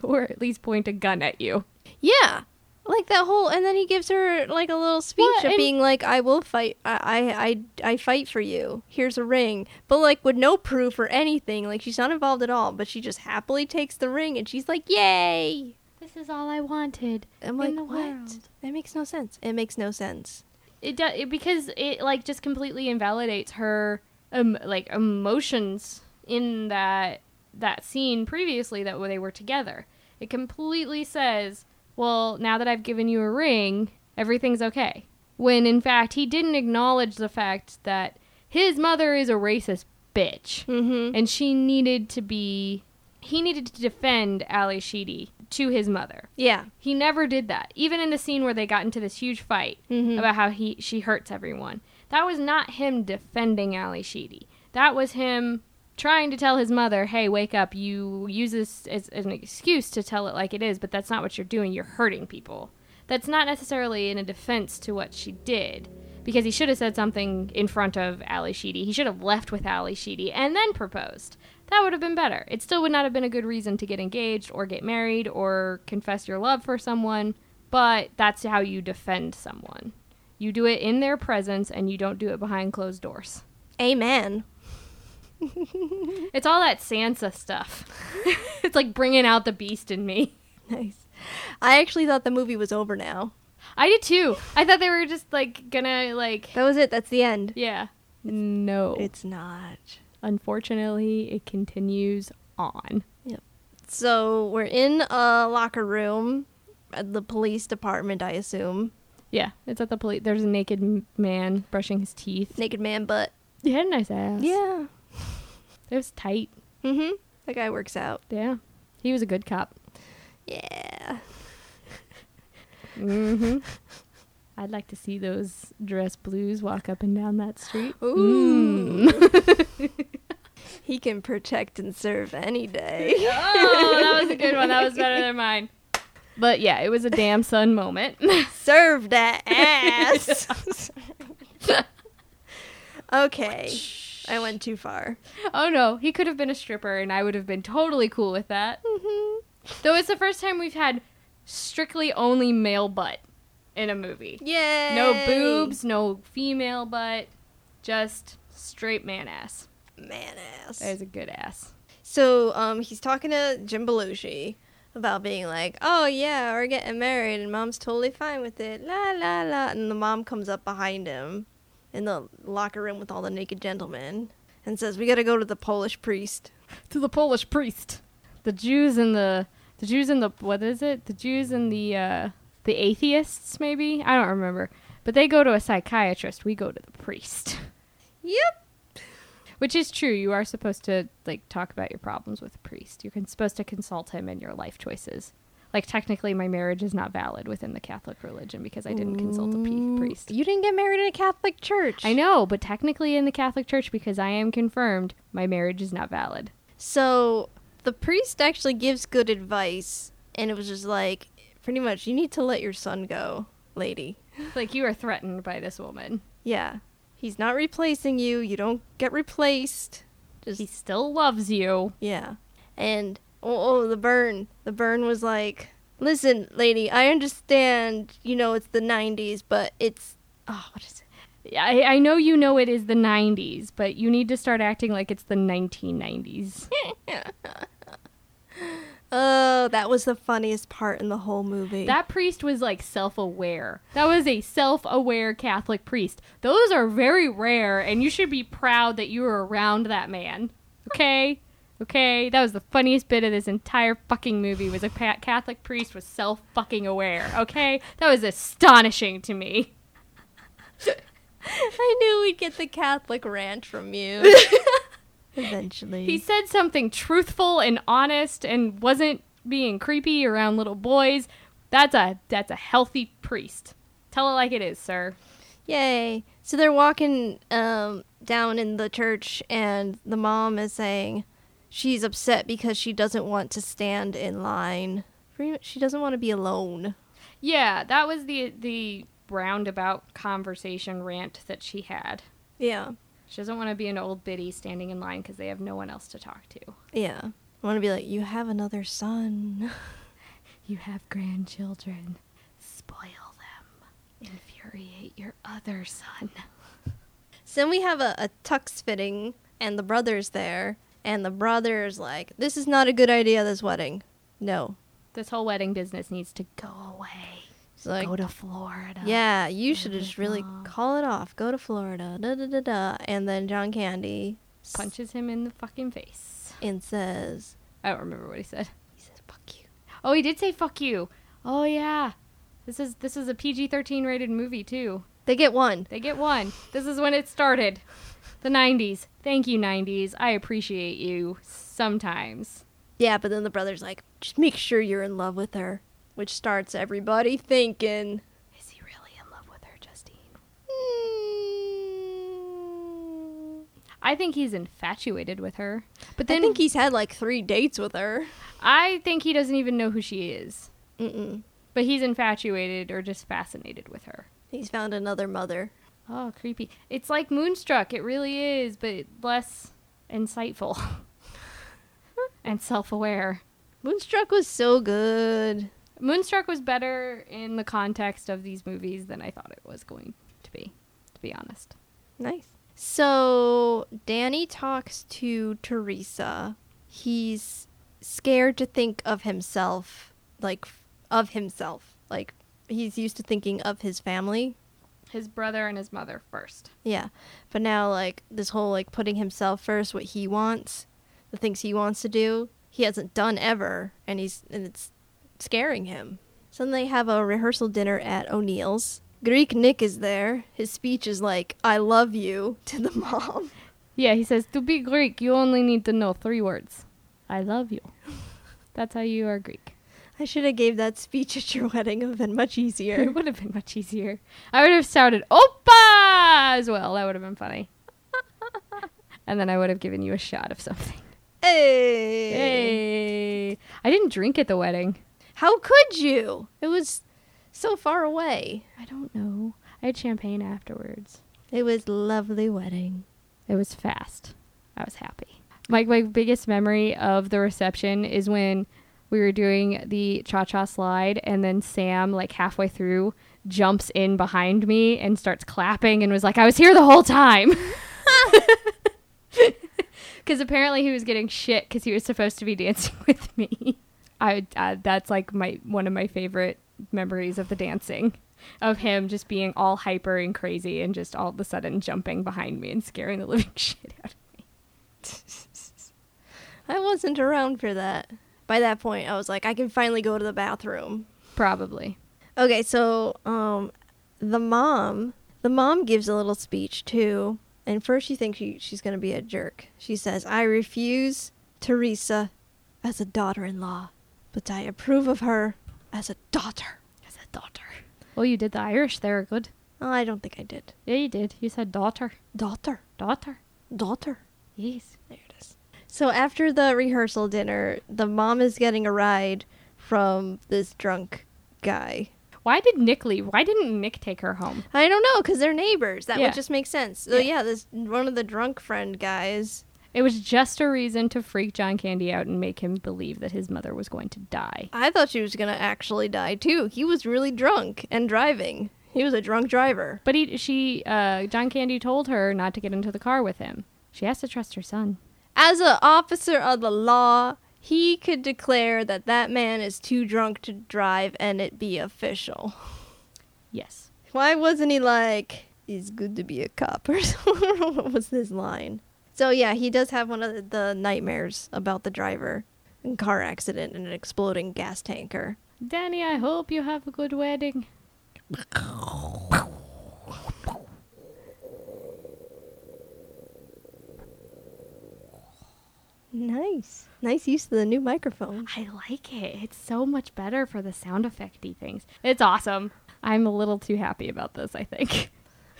Speaker 2: or at least point a gun at you.
Speaker 1: Yeah. Like that whole, and then he gives her like a little speech
Speaker 2: Well,
Speaker 1: of
Speaker 2: and-
Speaker 1: being like, "I will fight. I, I, I, I fight for you. Here's a ring." But like with no proof or anything, like she's not involved at all. But she just happily takes the ring, and she's like, "Yay!"
Speaker 2: This is all I wanted.
Speaker 1: I'm like, "What? That makes no sense. It makes no sense."
Speaker 2: It does it, because it like just completely invalidates her um like emotions in that that scene previously that they were together. It completely says, "Well, now that I've given you a ring, everything's okay." When in fact he didn't acknowledge the fact that his mother is a racist bitch.
Speaker 1: Mm-hmm.
Speaker 2: and she needed to be he needed to defend Ali Sheedy to his mother.
Speaker 1: Yeah.
Speaker 2: He never did that. Even in the scene where they got into this huge fight
Speaker 1: Mhm.
Speaker 2: about how he she hurts everyone. That was not him defending Ali Sheedy. That was him trying to tell his mother, "Hey, wake up. You use this as, as an excuse to tell it like it is, but that's not what you're doing. You're hurting people." That's not necessarily in a defense to what she did. Because he should have said something in front of Ali Sheedy. He should have left with Ali Sheedy and then proposed. That would have been better. It still would not have been a good reason to get engaged or get married or confess your love for someone, but that's how you defend someone. You do it in their presence and you don't do it behind closed doors.
Speaker 1: Amen.
Speaker 2: It's all that Sansa stuff. it's like bringing out the beast in me.
Speaker 1: Nice. I actually thought the movie was over now.
Speaker 2: I did too. I thought they were just like gonna like
Speaker 1: That was it. That's the end.
Speaker 2: yeah. No.
Speaker 1: It's not.
Speaker 2: Unfortunately, it continues on.
Speaker 1: So we're in a locker room at the police department, I assume.
Speaker 2: Yeah, it's at the police. There's a naked m- man brushing his teeth.
Speaker 1: Naked man butt.
Speaker 2: He had a nice ass.
Speaker 1: Yeah.
Speaker 2: It was tight.
Speaker 1: Mm hmm. That guy works out.
Speaker 2: Yeah. He was a good cop.
Speaker 1: Yeah.
Speaker 2: Mm-hmm. I'd like to see those dress blues walk up and down that street.
Speaker 1: Ooh.
Speaker 2: Mm.
Speaker 1: He can protect and serve any day.
Speaker 2: oh, that was a good one. That was better than mine. But yeah, it was a damn son moment.
Speaker 1: serve that ass. okay. I went too far.
Speaker 2: oh no, he could have been a stripper and I would have been totally cool with that.
Speaker 1: Mm-hmm.
Speaker 2: Though it's the first time we've had strictly only male butt in a movie.
Speaker 1: Yay.
Speaker 2: No boobs, no female butt, just straight man ass.
Speaker 1: Man ass.
Speaker 2: That is a good ass.
Speaker 1: So um, he's talking to Jim Belushi about being like, "Oh yeah, we're getting married, and mom's totally fine with it." La la la, and the mom comes up behind him in the locker room with all the naked gentlemen and says, "We got to go to the Polish priest."
Speaker 2: to the Polish priest. The Jews and the the Jews and the what is it? The Jews and the uh, the atheists maybe I don't remember, but they go to a psychiatrist. We go to the priest,
Speaker 1: Yep.
Speaker 2: which is true. You are supposed to like talk about your problems with a priest. You're con- supposed to consult him in your life choices. Like technically, my marriage is not valid within the Catholic religion because I didn't consult a pe- priest.
Speaker 1: You didn't get married in a Catholic church.
Speaker 2: I know, but technically in the Catholic Church, because I am confirmed, my marriage is not valid.
Speaker 1: So the priest actually gives good advice, and it was just like, pretty much, you need to let your son go, lady.
Speaker 2: Like you are threatened by this woman.
Speaker 1: Yeah. He's not replacing you. You don't get replaced. Just
Speaker 2: He still loves you.
Speaker 1: yeah. And oh, oh, the burn. The burn was like, "Listen, lady, I understand, you know, it's the 90s, but it's oh, what is it?
Speaker 2: I, I know you know it is the 90s, but you need to start acting like it's the 1990s.
Speaker 1: Oh, that was the funniest part in the whole movie.
Speaker 2: that priest was like self aware. That was a self aware Catholic priest. Those are very rare, and you should be proud that you were around that man. Okay? Okay? That was the funniest bit of this entire fucking movie was a pa- Catholic priest was self fucking aware. Okay? That was astonishing to me.
Speaker 1: I knew we'd get the Catholic rant from you eventually.
Speaker 2: He said something truthful and honest and wasn't being creepy around little boys. That's a that's a healthy priest. Tell it like it is, sir.
Speaker 1: Yay. So they're walking um, down in the church, and the mom is saying she's upset because she doesn't want to stand in line. Pretty much, She doesn't want to be alone.
Speaker 2: Yeah, that was the the roundabout conversation rant that she had.
Speaker 1: Yeah.
Speaker 2: She doesn't want to be an old biddy standing in line because they have no one else to talk to.
Speaker 1: Yeah. I want to be like, you have another son.
Speaker 2: You have grandchildren. Spoil them. Infuriate your other son.
Speaker 1: So then we have a, a tux fitting, and the brother's there, and the brother's like, this is not a good idea, this wedding. No.
Speaker 2: This whole wedding business needs to go away.
Speaker 1: It's like,
Speaker 2: go to Florida.
Speaker 1: Yeah, you should just really
Speaker 2: Florida.
Speaker 1: call it off. Go to Florida. Da da da da. And then John Candy s-
Speaker 2: punches him in the fucking face.
Speaker 1: and says,
Speaker 2: I don't remember what he said.
Speaker 1: "He says fuck you."
Speaker 2: Oh, he did say "fuck you." Oh yeah, this is this is a PG-13 rated movie too.
Speaker 1: They get one.
Speaker 2: They get one. This is when it started, the '90s. Thank you, '90s. I appreciate you sometimes.
Speaker 1: Yeah, but then the brother's like, just make sure you're in love with her, which starts everybody thinking,
Speaker 2: Is he really in love with her, Justine?
Speaker 1: mm,
Speaker 2: I think he's infatuated with her. But
Speaker 1: I
Speaker 2: then
Speaker 1: think he's had like three dates with her.
Speaker 2: I think he doesn't even know who she is.
Speaker 1: Mm-mm.
Speaker 2: But he's infatuated or just fascinated with her.
Speaker 1: He's found another mother.
Speaker 2: Oh, creepy. It's like Moonstruck. It really is, but less insightful and self aware.
Speaker 1: Moonstruck was so good.
Speaker 2: Moonstruck was better in the context of these movies than I thought it was going to be, to be honest.
Speaker 1: Nice. So Danny talks to Teresa. He's scared to think of himself, like f- of himself. Like he's used to thinking of his family.
Speaker 2: His brother and his mother first.
Speaker 1: Yeah. But now like this whole like putting himself first, what he wants, the things he wants to do, he hasn't done ever and he's and it's scaring him. So then they have a rehearsal dinner at O'Neill's. Greek Nick is there. His speech is like, I love you to the mom.
Speaker 2: Yeah, he says, To be Greek, you only need to know three words I love you. That's how you are Greek.
Speaker 1: I should have gave that speech at your wedding. It would have been much easier.
Speaker 2: It would have been much easier. I would have shouted "Opa" as well. That would have been funny. and then I would have given you a shot of something.
Speaker 1: hey.
Speaker 2: Hey, I didn't drink at the wedding.
Speaker 1: How could you? It was so far away.
Speaker 2: I don't know. I had champagne afterwards.
Speaker 1: It was lovely wedding.
Speaker 2: It was fast. I was happy. My my biggest memory of the reception is when we were doing the cha cha slide, and then Sam, like halfway through, jumps in behind me and starts clapping and was like, "I was here the whole time." Because apparently he was getting shit because he was supposed to be dancing with me. I uh, that's like my one of my favorite memories of the dancing, of him just being all hyper and crazy and just all of a sudden jumping behind me and scaring the living shit out of me.
Speaker 1: I wasn't around for that. By that point, I was like, I can finally go to the bathroom.
Speaker 2: Probably.
Speaker 1: Okay, so um, the mom, the mom gives a little speech too, and first you think she, she's gonna be a jerk. She says, "I refuse Teresa as a daughter-in-law, but I approve of her as a daughter."
Speaker 2: As a daughter. Well, you did the Irish there, good.
Speaker 1: Oh, I don't think I did.
Speaker 2: Yeah, you did. You said daughter,
Speaker 1: Daughter,
Speaker 2: daughter.
Speaker 1: daughter.
Speaker 2: Yes.
Speaker 1: There it is. So after the rehearsal dinner, the mom is getting a ride from this drunk guy.
Speaker 2: Why did Nick leave? Why didn't Nick take her home?
Speaker 1: I don't know, cause they're neighbors. That
Speaker 2: Yeah.
Speaker 1: would just make sense. So
Speaker 2: Yeah.
Speaker 1: yeah, this one of the drunk friend guys.
Speaker 2: It was just a reason to freak John Candy out and make him believe that his mother was going to die.
Speaker 1: I thought she was gonna actually die too. He was really drunk and driving. He was a drunk driver.
Speaker 2: But he, she, uh, John Candy told her not to get into the car with him. She has to trust her son.
Speaker 1: As an officer of the law, he could declare that that man is too drunk to drive and it be official.
Speaker 2: Yes.
Speaker 1: Why wasn't he like, it's good to be a cop or something? what was his line? So yeah, he does have one of the nightmares about the driver and car accident and an exploding gas tanker.
Speaker 2: Danny, I hope you have a good wedding.
Speaker 1: Nice. Nice use of the new microphone.
Speaker 2: I like it. It's so much better for the sound effecty things. It's awesome. I'm a little too happy about this, I think.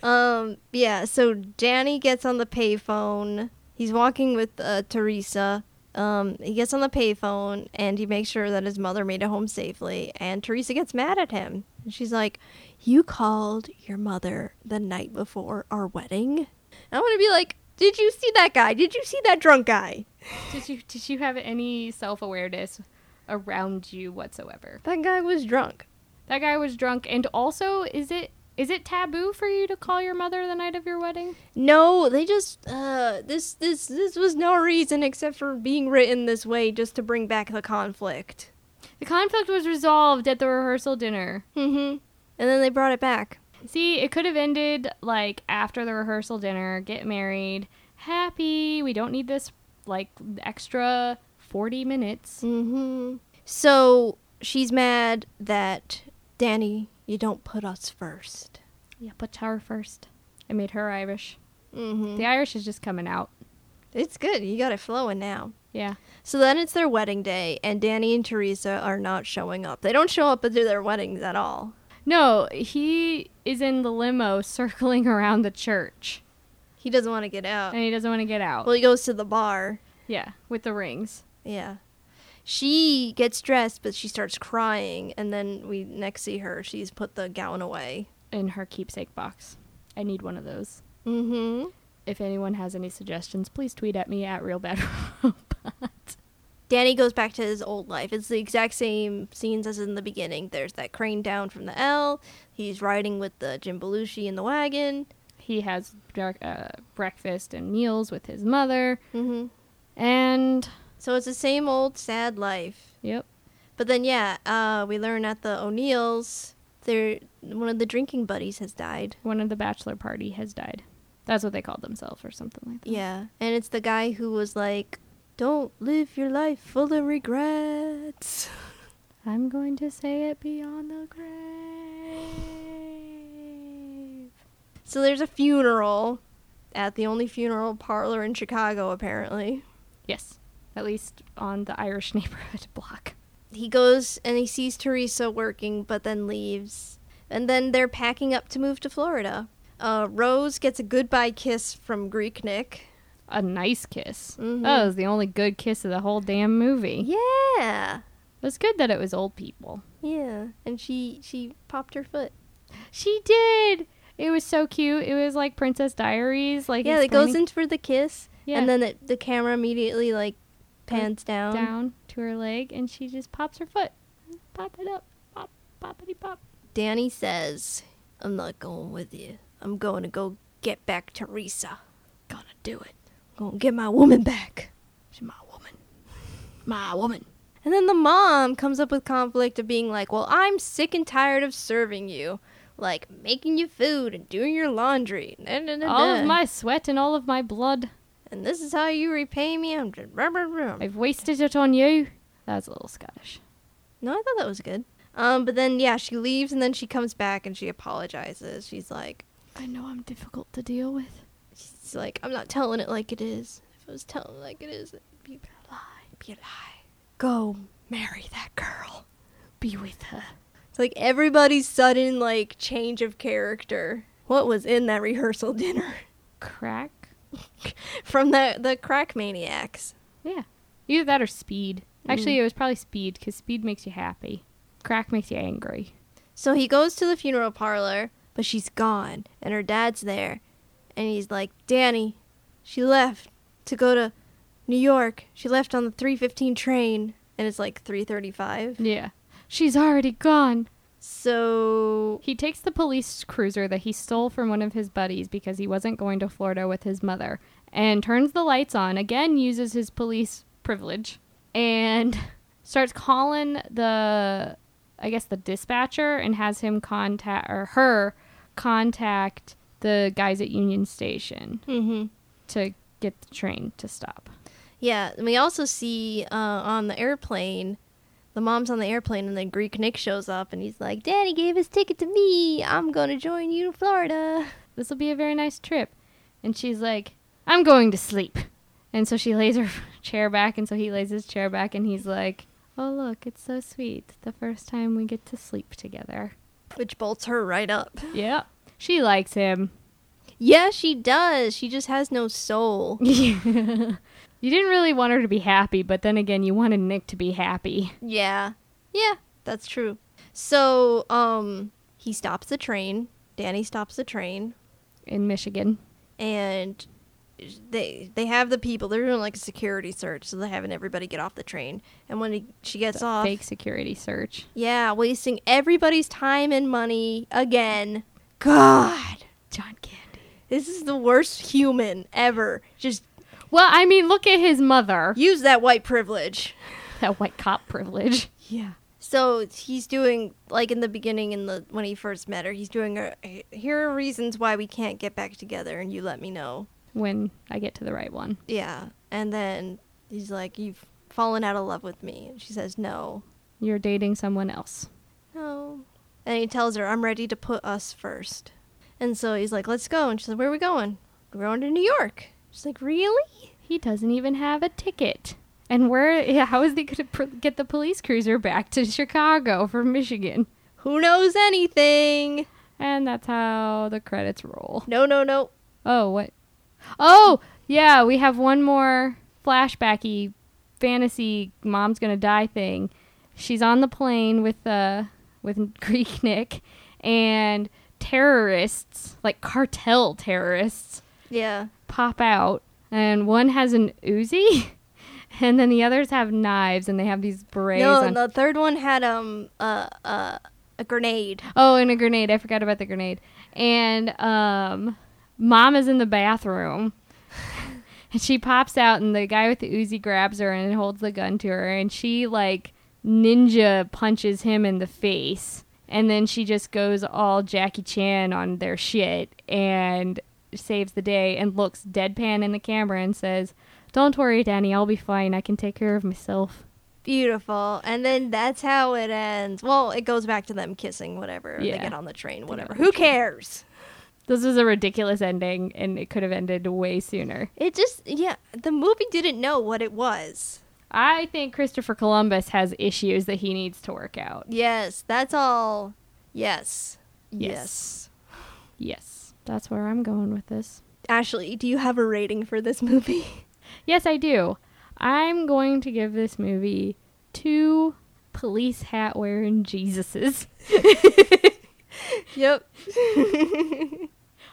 Speaker 1: Um, yeah, so Danny gets on the payphone. He's walking with uh, Teresa. Um, he gets on the payphone and he makes sure that his mother made it home safely. And Teresa gets mad at him. And she's like, You called your mother the night before our wedding? I want to be like, Did you see that guy? Did you see that drunk guy?
Speaker 2: Did you did you have any self awareness around you whatsoever?
Speaker 1: That guy was drunk.
Speaker 2: That guy was drunk and also is it is it taboo for you to call your mother the night of your wedding?
Speaker 1: No, they just uh this this this was no reason except for being written this way just to bring back the conflict.
Speaker 2: The conflict was resolved at the rehearsal dinner.
Speaker 1: Mm-hmm. And then they brought it back.
Speaker 2: See, it could have ended like after the rehearsal dinner, get married, happy. We don't need this like extra 40 minutes.
Speaker 1: Mm-hmm. So she's mad that Danny, you don't put us first.
Speaker 2: Yeah, put her first. I made her Irish.
Speaker 1: Mm-hmm.
Speaker 2: The Irish is just coming out.
Speaker 1: It's good. You got it flowing now.
Speaker 2: Yeah.
Speaker 1: So then it's their wedding day, and Danny and Teresa are not showing up. They don't show up to their weddings at all.
Speaker 2: No, he is in the limo circling around the church
Speaker 1: He doesn't want to get out.
Speaker 2: and he doesn't want to get out.
Speaker 1: Well, he goes to the bar.
Speaker 2: yeah, with the rings.
Speaker 1: Yeah. She gets dressed, but she starts crying, and then we next see her. She's put the gown away.
Speaker 2: in her keepsake box. I need one of those.
Speaker 1: Mm hmm.
Speaker 2: If anyone has any suggestions, please tweet at me at Real Bad Robot.
Speaker 1: Danny goes back to his old life. It's the exact same scenes as in the beginning. There's that crane down from the L. He's riding with the Jim Belushi in the wagon.
Speaker 2: He has dark, uh, breakfast and meals with his mother,
Speaker 1: hmm
Speaker 2: and
Speaker 1: So it's the same old sad life.
Speaker 2: yep,
Speaker 1: But then, yeah, uh, we learn at the O'Neills, they're, one of the drinking buddies has died.
Speaker 2: one of the bachelor party has died. That's what they called themselves, or something like that.
Speaker 1: Yeah, and it's the guy who was like, "Don't live your life full of regrets."
Speaker 2: I'm going to say it beyond the grave.
Speaker 1: So there's a funeral at the only funeral parlor in Chicago apparently.
Speaker 2: Yes, at least on the Irish neighborhood block.
Speaker 1: He goes and he sees Teresa working but then leaves. And then they're packing up to move to Florida. Uh, Rose gets a goodbye kiss from Greek Nick.
Speaker 2: A nice kiss.
Speaker 1: Mhm.
Speaker 2: That was the only good kiss of the whole damn movie.
Speaker 1: Yeah.
Speaker 2: It was good that it was old people.
Speaker 1: Yeah. And she she popped her foot.
Speaker 2: She did. It was so cute. It was like Princess Diaries. Like
Speaker 1: yeah, it goes
Speaker 2: explaining-
Speaker 1: in for the kiss
Speaker 2: Yeah.
Speaker 1: and then it, the camera immediately like pans down.
Speaker 2: down to her leg, and she just pops her foot, pop it up, pop, poppity pop.
Speaker 1: Danny says, I'm not going with you. I'm going to go get back Teresa. Gonna do it. Gonna get my woman back.
Speaker 2: She's my woman, my woman.
Speaker 1: And then the mom comes up with conflict of being like, Well, I'm sick and tired of serving you. Like making you food and doing your laundry. Nah, nah, nah,
Speaker 2: All of
Speaker 1: nah.
Speaker 2: my sweat and all of my blood,
Speaker 1: And this is how you repay me. I'm just. Rah, rah, rah.
Speaker 2: I've wasted it on you. That's a little Scottish.
Speaker 1: No, I thought that was good. Um, but then, yeah, she leaves and then she comes back and she apologizes. She's like,
Speaker 2: I know I'm difficult to deal with.
Speaker 1: She's like, I'm not telling it like it is. If I was telling it like it is, it'd be a lie. Be a lie. Go marry that girl.
Speaker 2: Be with her.
Speaker 1: It's like everybody's sudden like change of character. What was in that rehearsal dinner
Speaker 2: Crack.
Speaker 1: from the the crack maniacs?
Speaker 2: Yeah. Either that or speed. Actually, it was probably speed because speed makes you happy. Crack makes you angry.
Speaker 1: So he goes to the funeral parlor, but she's gone, and her dad's there, and he's like, Danny, she left to go to New York. She left on the 3:15 train, and it's like 3:35.
Speaker 2: Yeah. She's already gone.
Speaker 1: So
Speaker 2: He takes the police cruiser that he stole from one of his buddies because he wasn't going to Florida with his mother and turns the lights on, again, uses his police privilege, and starts calling the, I guess, the dispatcher and has him contact, or her contact the guys at Union Station
Speaker 1: Mm-hmm.
Speaker 2: to get the train to stop.
Speaker 1: Yeah, and we also see uh, on the airplane, the mom's on the airplane, and then Greek Nick shows up, and he's like, "Daddy gave his ticket to me. I'm gonna join you to Florida."
Speaker 2: This will be a very nice trip. And she's like, I'm going to sleep. And so she lays her chair back, and so he lays his chair back, and he's like, Oh, look, it's so sweet. The first time we get to sleep together.
Speaker 1: Which bolts her right up.
Speaker 2: Yeah. She likes him.
Speaker 1: Yeah, she does. She just has no soul.
Speaker 2: you didn't really want her to be happy, but then again, you wanted Nick to be happy.
Speaker 1: Yeah, yeah, that's true. So, um, he stops the train. Danny stops the train,
Speaker 2: In Michigan.
Speaker 1: and they they have the people. They're doing like a security search, so they're having everybody get off the train. And when he, she gets
Speaker 2: The
Speaker 1: off,
Speaker 2: Fake security search.
Speaker 1: Yeah, wasting everybody's time and money again. God,
Speaker 2: John Candy.
Speaker 1: this is the worst human ever. Just
Speaker 2: Well, I mean, look at his mother.
Speaker 1: use that white privilege.
Speaker 2: That white cop privilege.
Speaker 1: Yeah. So he's doing like in the beginning in the when he first met her, he's doing a here are reasons why we can't get back together and you let me know.
Speaker 2: When I get to the right one.
Speaker 1: Yeah. And then he's like you've fallen out of love with me. And she says no.
Speaker 2: You're dating someone else.
Speaker 1: No. And he tells her, I'm ready to put us first. And so he's like, let's go. And she's like, where are we going? We're going to New York. She's like, really?
Speaker 2: He doesn't even have a ticket. And where? yeah, How is he going to pr- get the police cruiser back to Chicago from Michigan?
Speaker 1: Who knows anything?
Speaker 2: And that's how the credits roll.
Speaker 1: No, no, no.
Speaker 2: Oh, what? Oh, yeah, we have one more flashbacky fantasy mom's gonna die thing. She's on the plane with uh with Greek Nick and terrorists, like cartel terrorists,
Speaker 1: Yeah.
Speaker 2: pop out and one has an Uzi and then the others have knives and they have these berets
Speaker 1: no,
Speaker 2: on.
Speaker 1: and the third one had um uh, uh, a grenade.
Speaker 2: Oh, and a grenade. I forgot about the grenade. And um, mom is in the bathroom. and she pops out, and the guy with the Uzi grabs her and holds the gun to her. And she, like, ninja punches him in the face. And then she just goes all Jackie Chan on their shit and saves the day and looks deadpan in the camera and says, Don't worry, Danny. I'll be fine. I can take care of myself.
Speaker 1: Beautiful. And then that's how it ends. Well, it goes back to them kissing, whatever.
Speaker 2: Yeah.
Speaker 1: They get on the train, whatever.
Speaker 2: on
Speaker 1: Who cares?
Speaker 2: This was a ridiculous ending, and it could have ended way sooner.
Speaker 1: It just, yeah, the movie didn't know what it was.
Speaker 2: I think Christopher Columbus has issues that he needs to work out.
Speaker 1: Yes, that's all. Yes.
Speaker 2: Yes. Yes, that's where I'm going with this.
Speaker 1: Ashley, do you have a rating for this movie?
Speaker 2: Yes, I do. I'm going to give this movie two police hat wearing Jesuses.
Speaker 1: yep.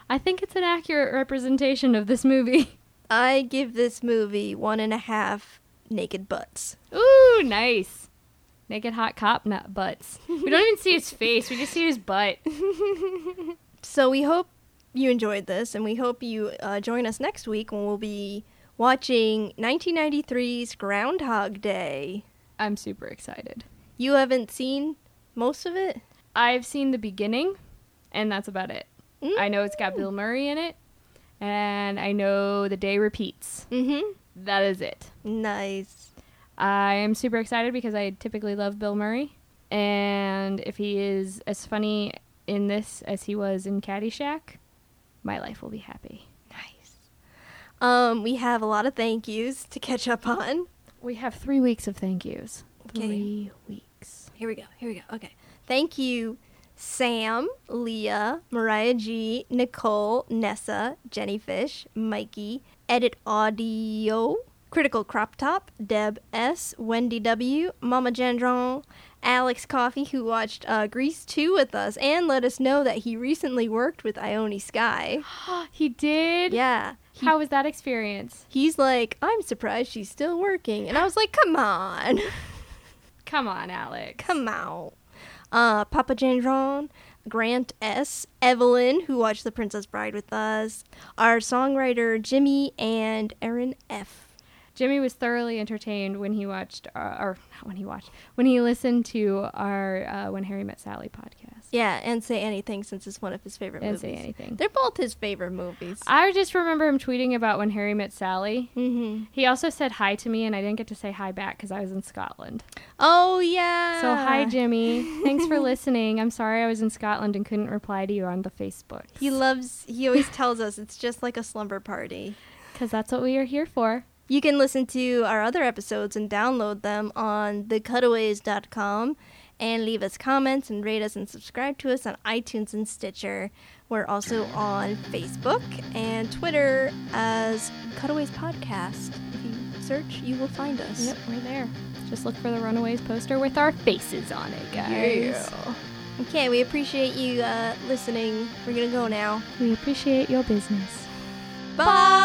Speaker 2: I think it's an accurate representation of this movie.
Speaker 1: I give this movie one and a half naked butts.
Speaker 2: Ooh, nice. Naked hot cop nut butts. We don't even see his face, we just see his butt.
Speaker 1: So we hope you enjoyed this, and we hope you uh, join us next week when we'll be watching 1993's Groundhog Day.
Speaker 2: I'm super excited.
Speaker 1: You haven't seen most of it?
Speaker 2: I've seen the beginning, and that's about it.
Speaker 1: Hmm?
Speaker 2: I know it's got Bill Murray in it, and I know the day repeats.
Speaker 1: Mm-hmm.
Speaker 2: That is it.
Speaker 1: Nice.
Speaker 2: I am super excited because I typically love Bill Murray, and if he is as funny in this as he was in Caddyshack, my life will be happy.
Speaker 1: Nice. Um, we have a lot of thank yous to catch up on.
Speaker 2: We have three weeks of thank yous.
Speaker 1: Okay.
Speaker 2: Three weeks.
Speaker 1: Here we go. Here we go. Okay. Thank you, Sam, Leah, Mariah G, Nicole, Nessa, Jenny Fish, Mikey, Edit Audio, Critical Crop Top, Deb S, Wendy W, Mama Gendron, Alex Coffee, who watched uh, Grease 2 with us and let us know that he recently worked with Ione Sky.
Speaker 2: he did?
Speaker 1: Yeah. He-
Speaker 2: How was that experience?
Speaker 1: He's like, I'm surprised she's still working. And I was like, come on.
Speaker 2: Come on, Alex.
Speaker 1: Come out. Uh, Papa Gendron, Grant S., Evelyn, who watched The Princess Bride with us, our songwriter Jimmy, and Erin F.
Speaker 2: Jimmy was thoroughly entertained when he watched, uh, or not when he watched, when he listened to our uh, When Harry Met Sally podcast.
Speaker 1: Yeah, and Say Anything since it's one of his favorite
Speaker 2: And
Speaker 1: movies.
Speaker 2: Say Anything.
Speaker 1: They're both his favorite movies.
Speaker 2: I just remember him tweeting about When Harry Met Sally.
Speaker 1: mm-hmm.
Speaker 2: He also said hi to me, and I didn't get to say hi back because I was in Scotland.
Speaker 1: Oh, yeah.
Speaker 2: So, hi, Jimmy. Thanks for listening. I'm sorry I was in Scotland and couldn't reply to you on the Facebook.
Speaker 1: He loves, he always tells us it's just like a slumber party.
Speaker 2: Because that's what we are here for.
Speaker 1: You can listen to our other episodes and download them on thecutaways.com and leave us comments and rate us and subscribe to us on iTunes and Stitcher. We're also on Facebook and Twitter as Cutaways Podcast. If you search, you will find us.
Speaker 2: Yep, we're there. Just look for the Runaways poster with our faces on it, guys.
Speaker 1: Okay, we appreciate you uh, listening. We're going to go now.
Speaker 2: We appreciate your business.
Speaker 1: Bye!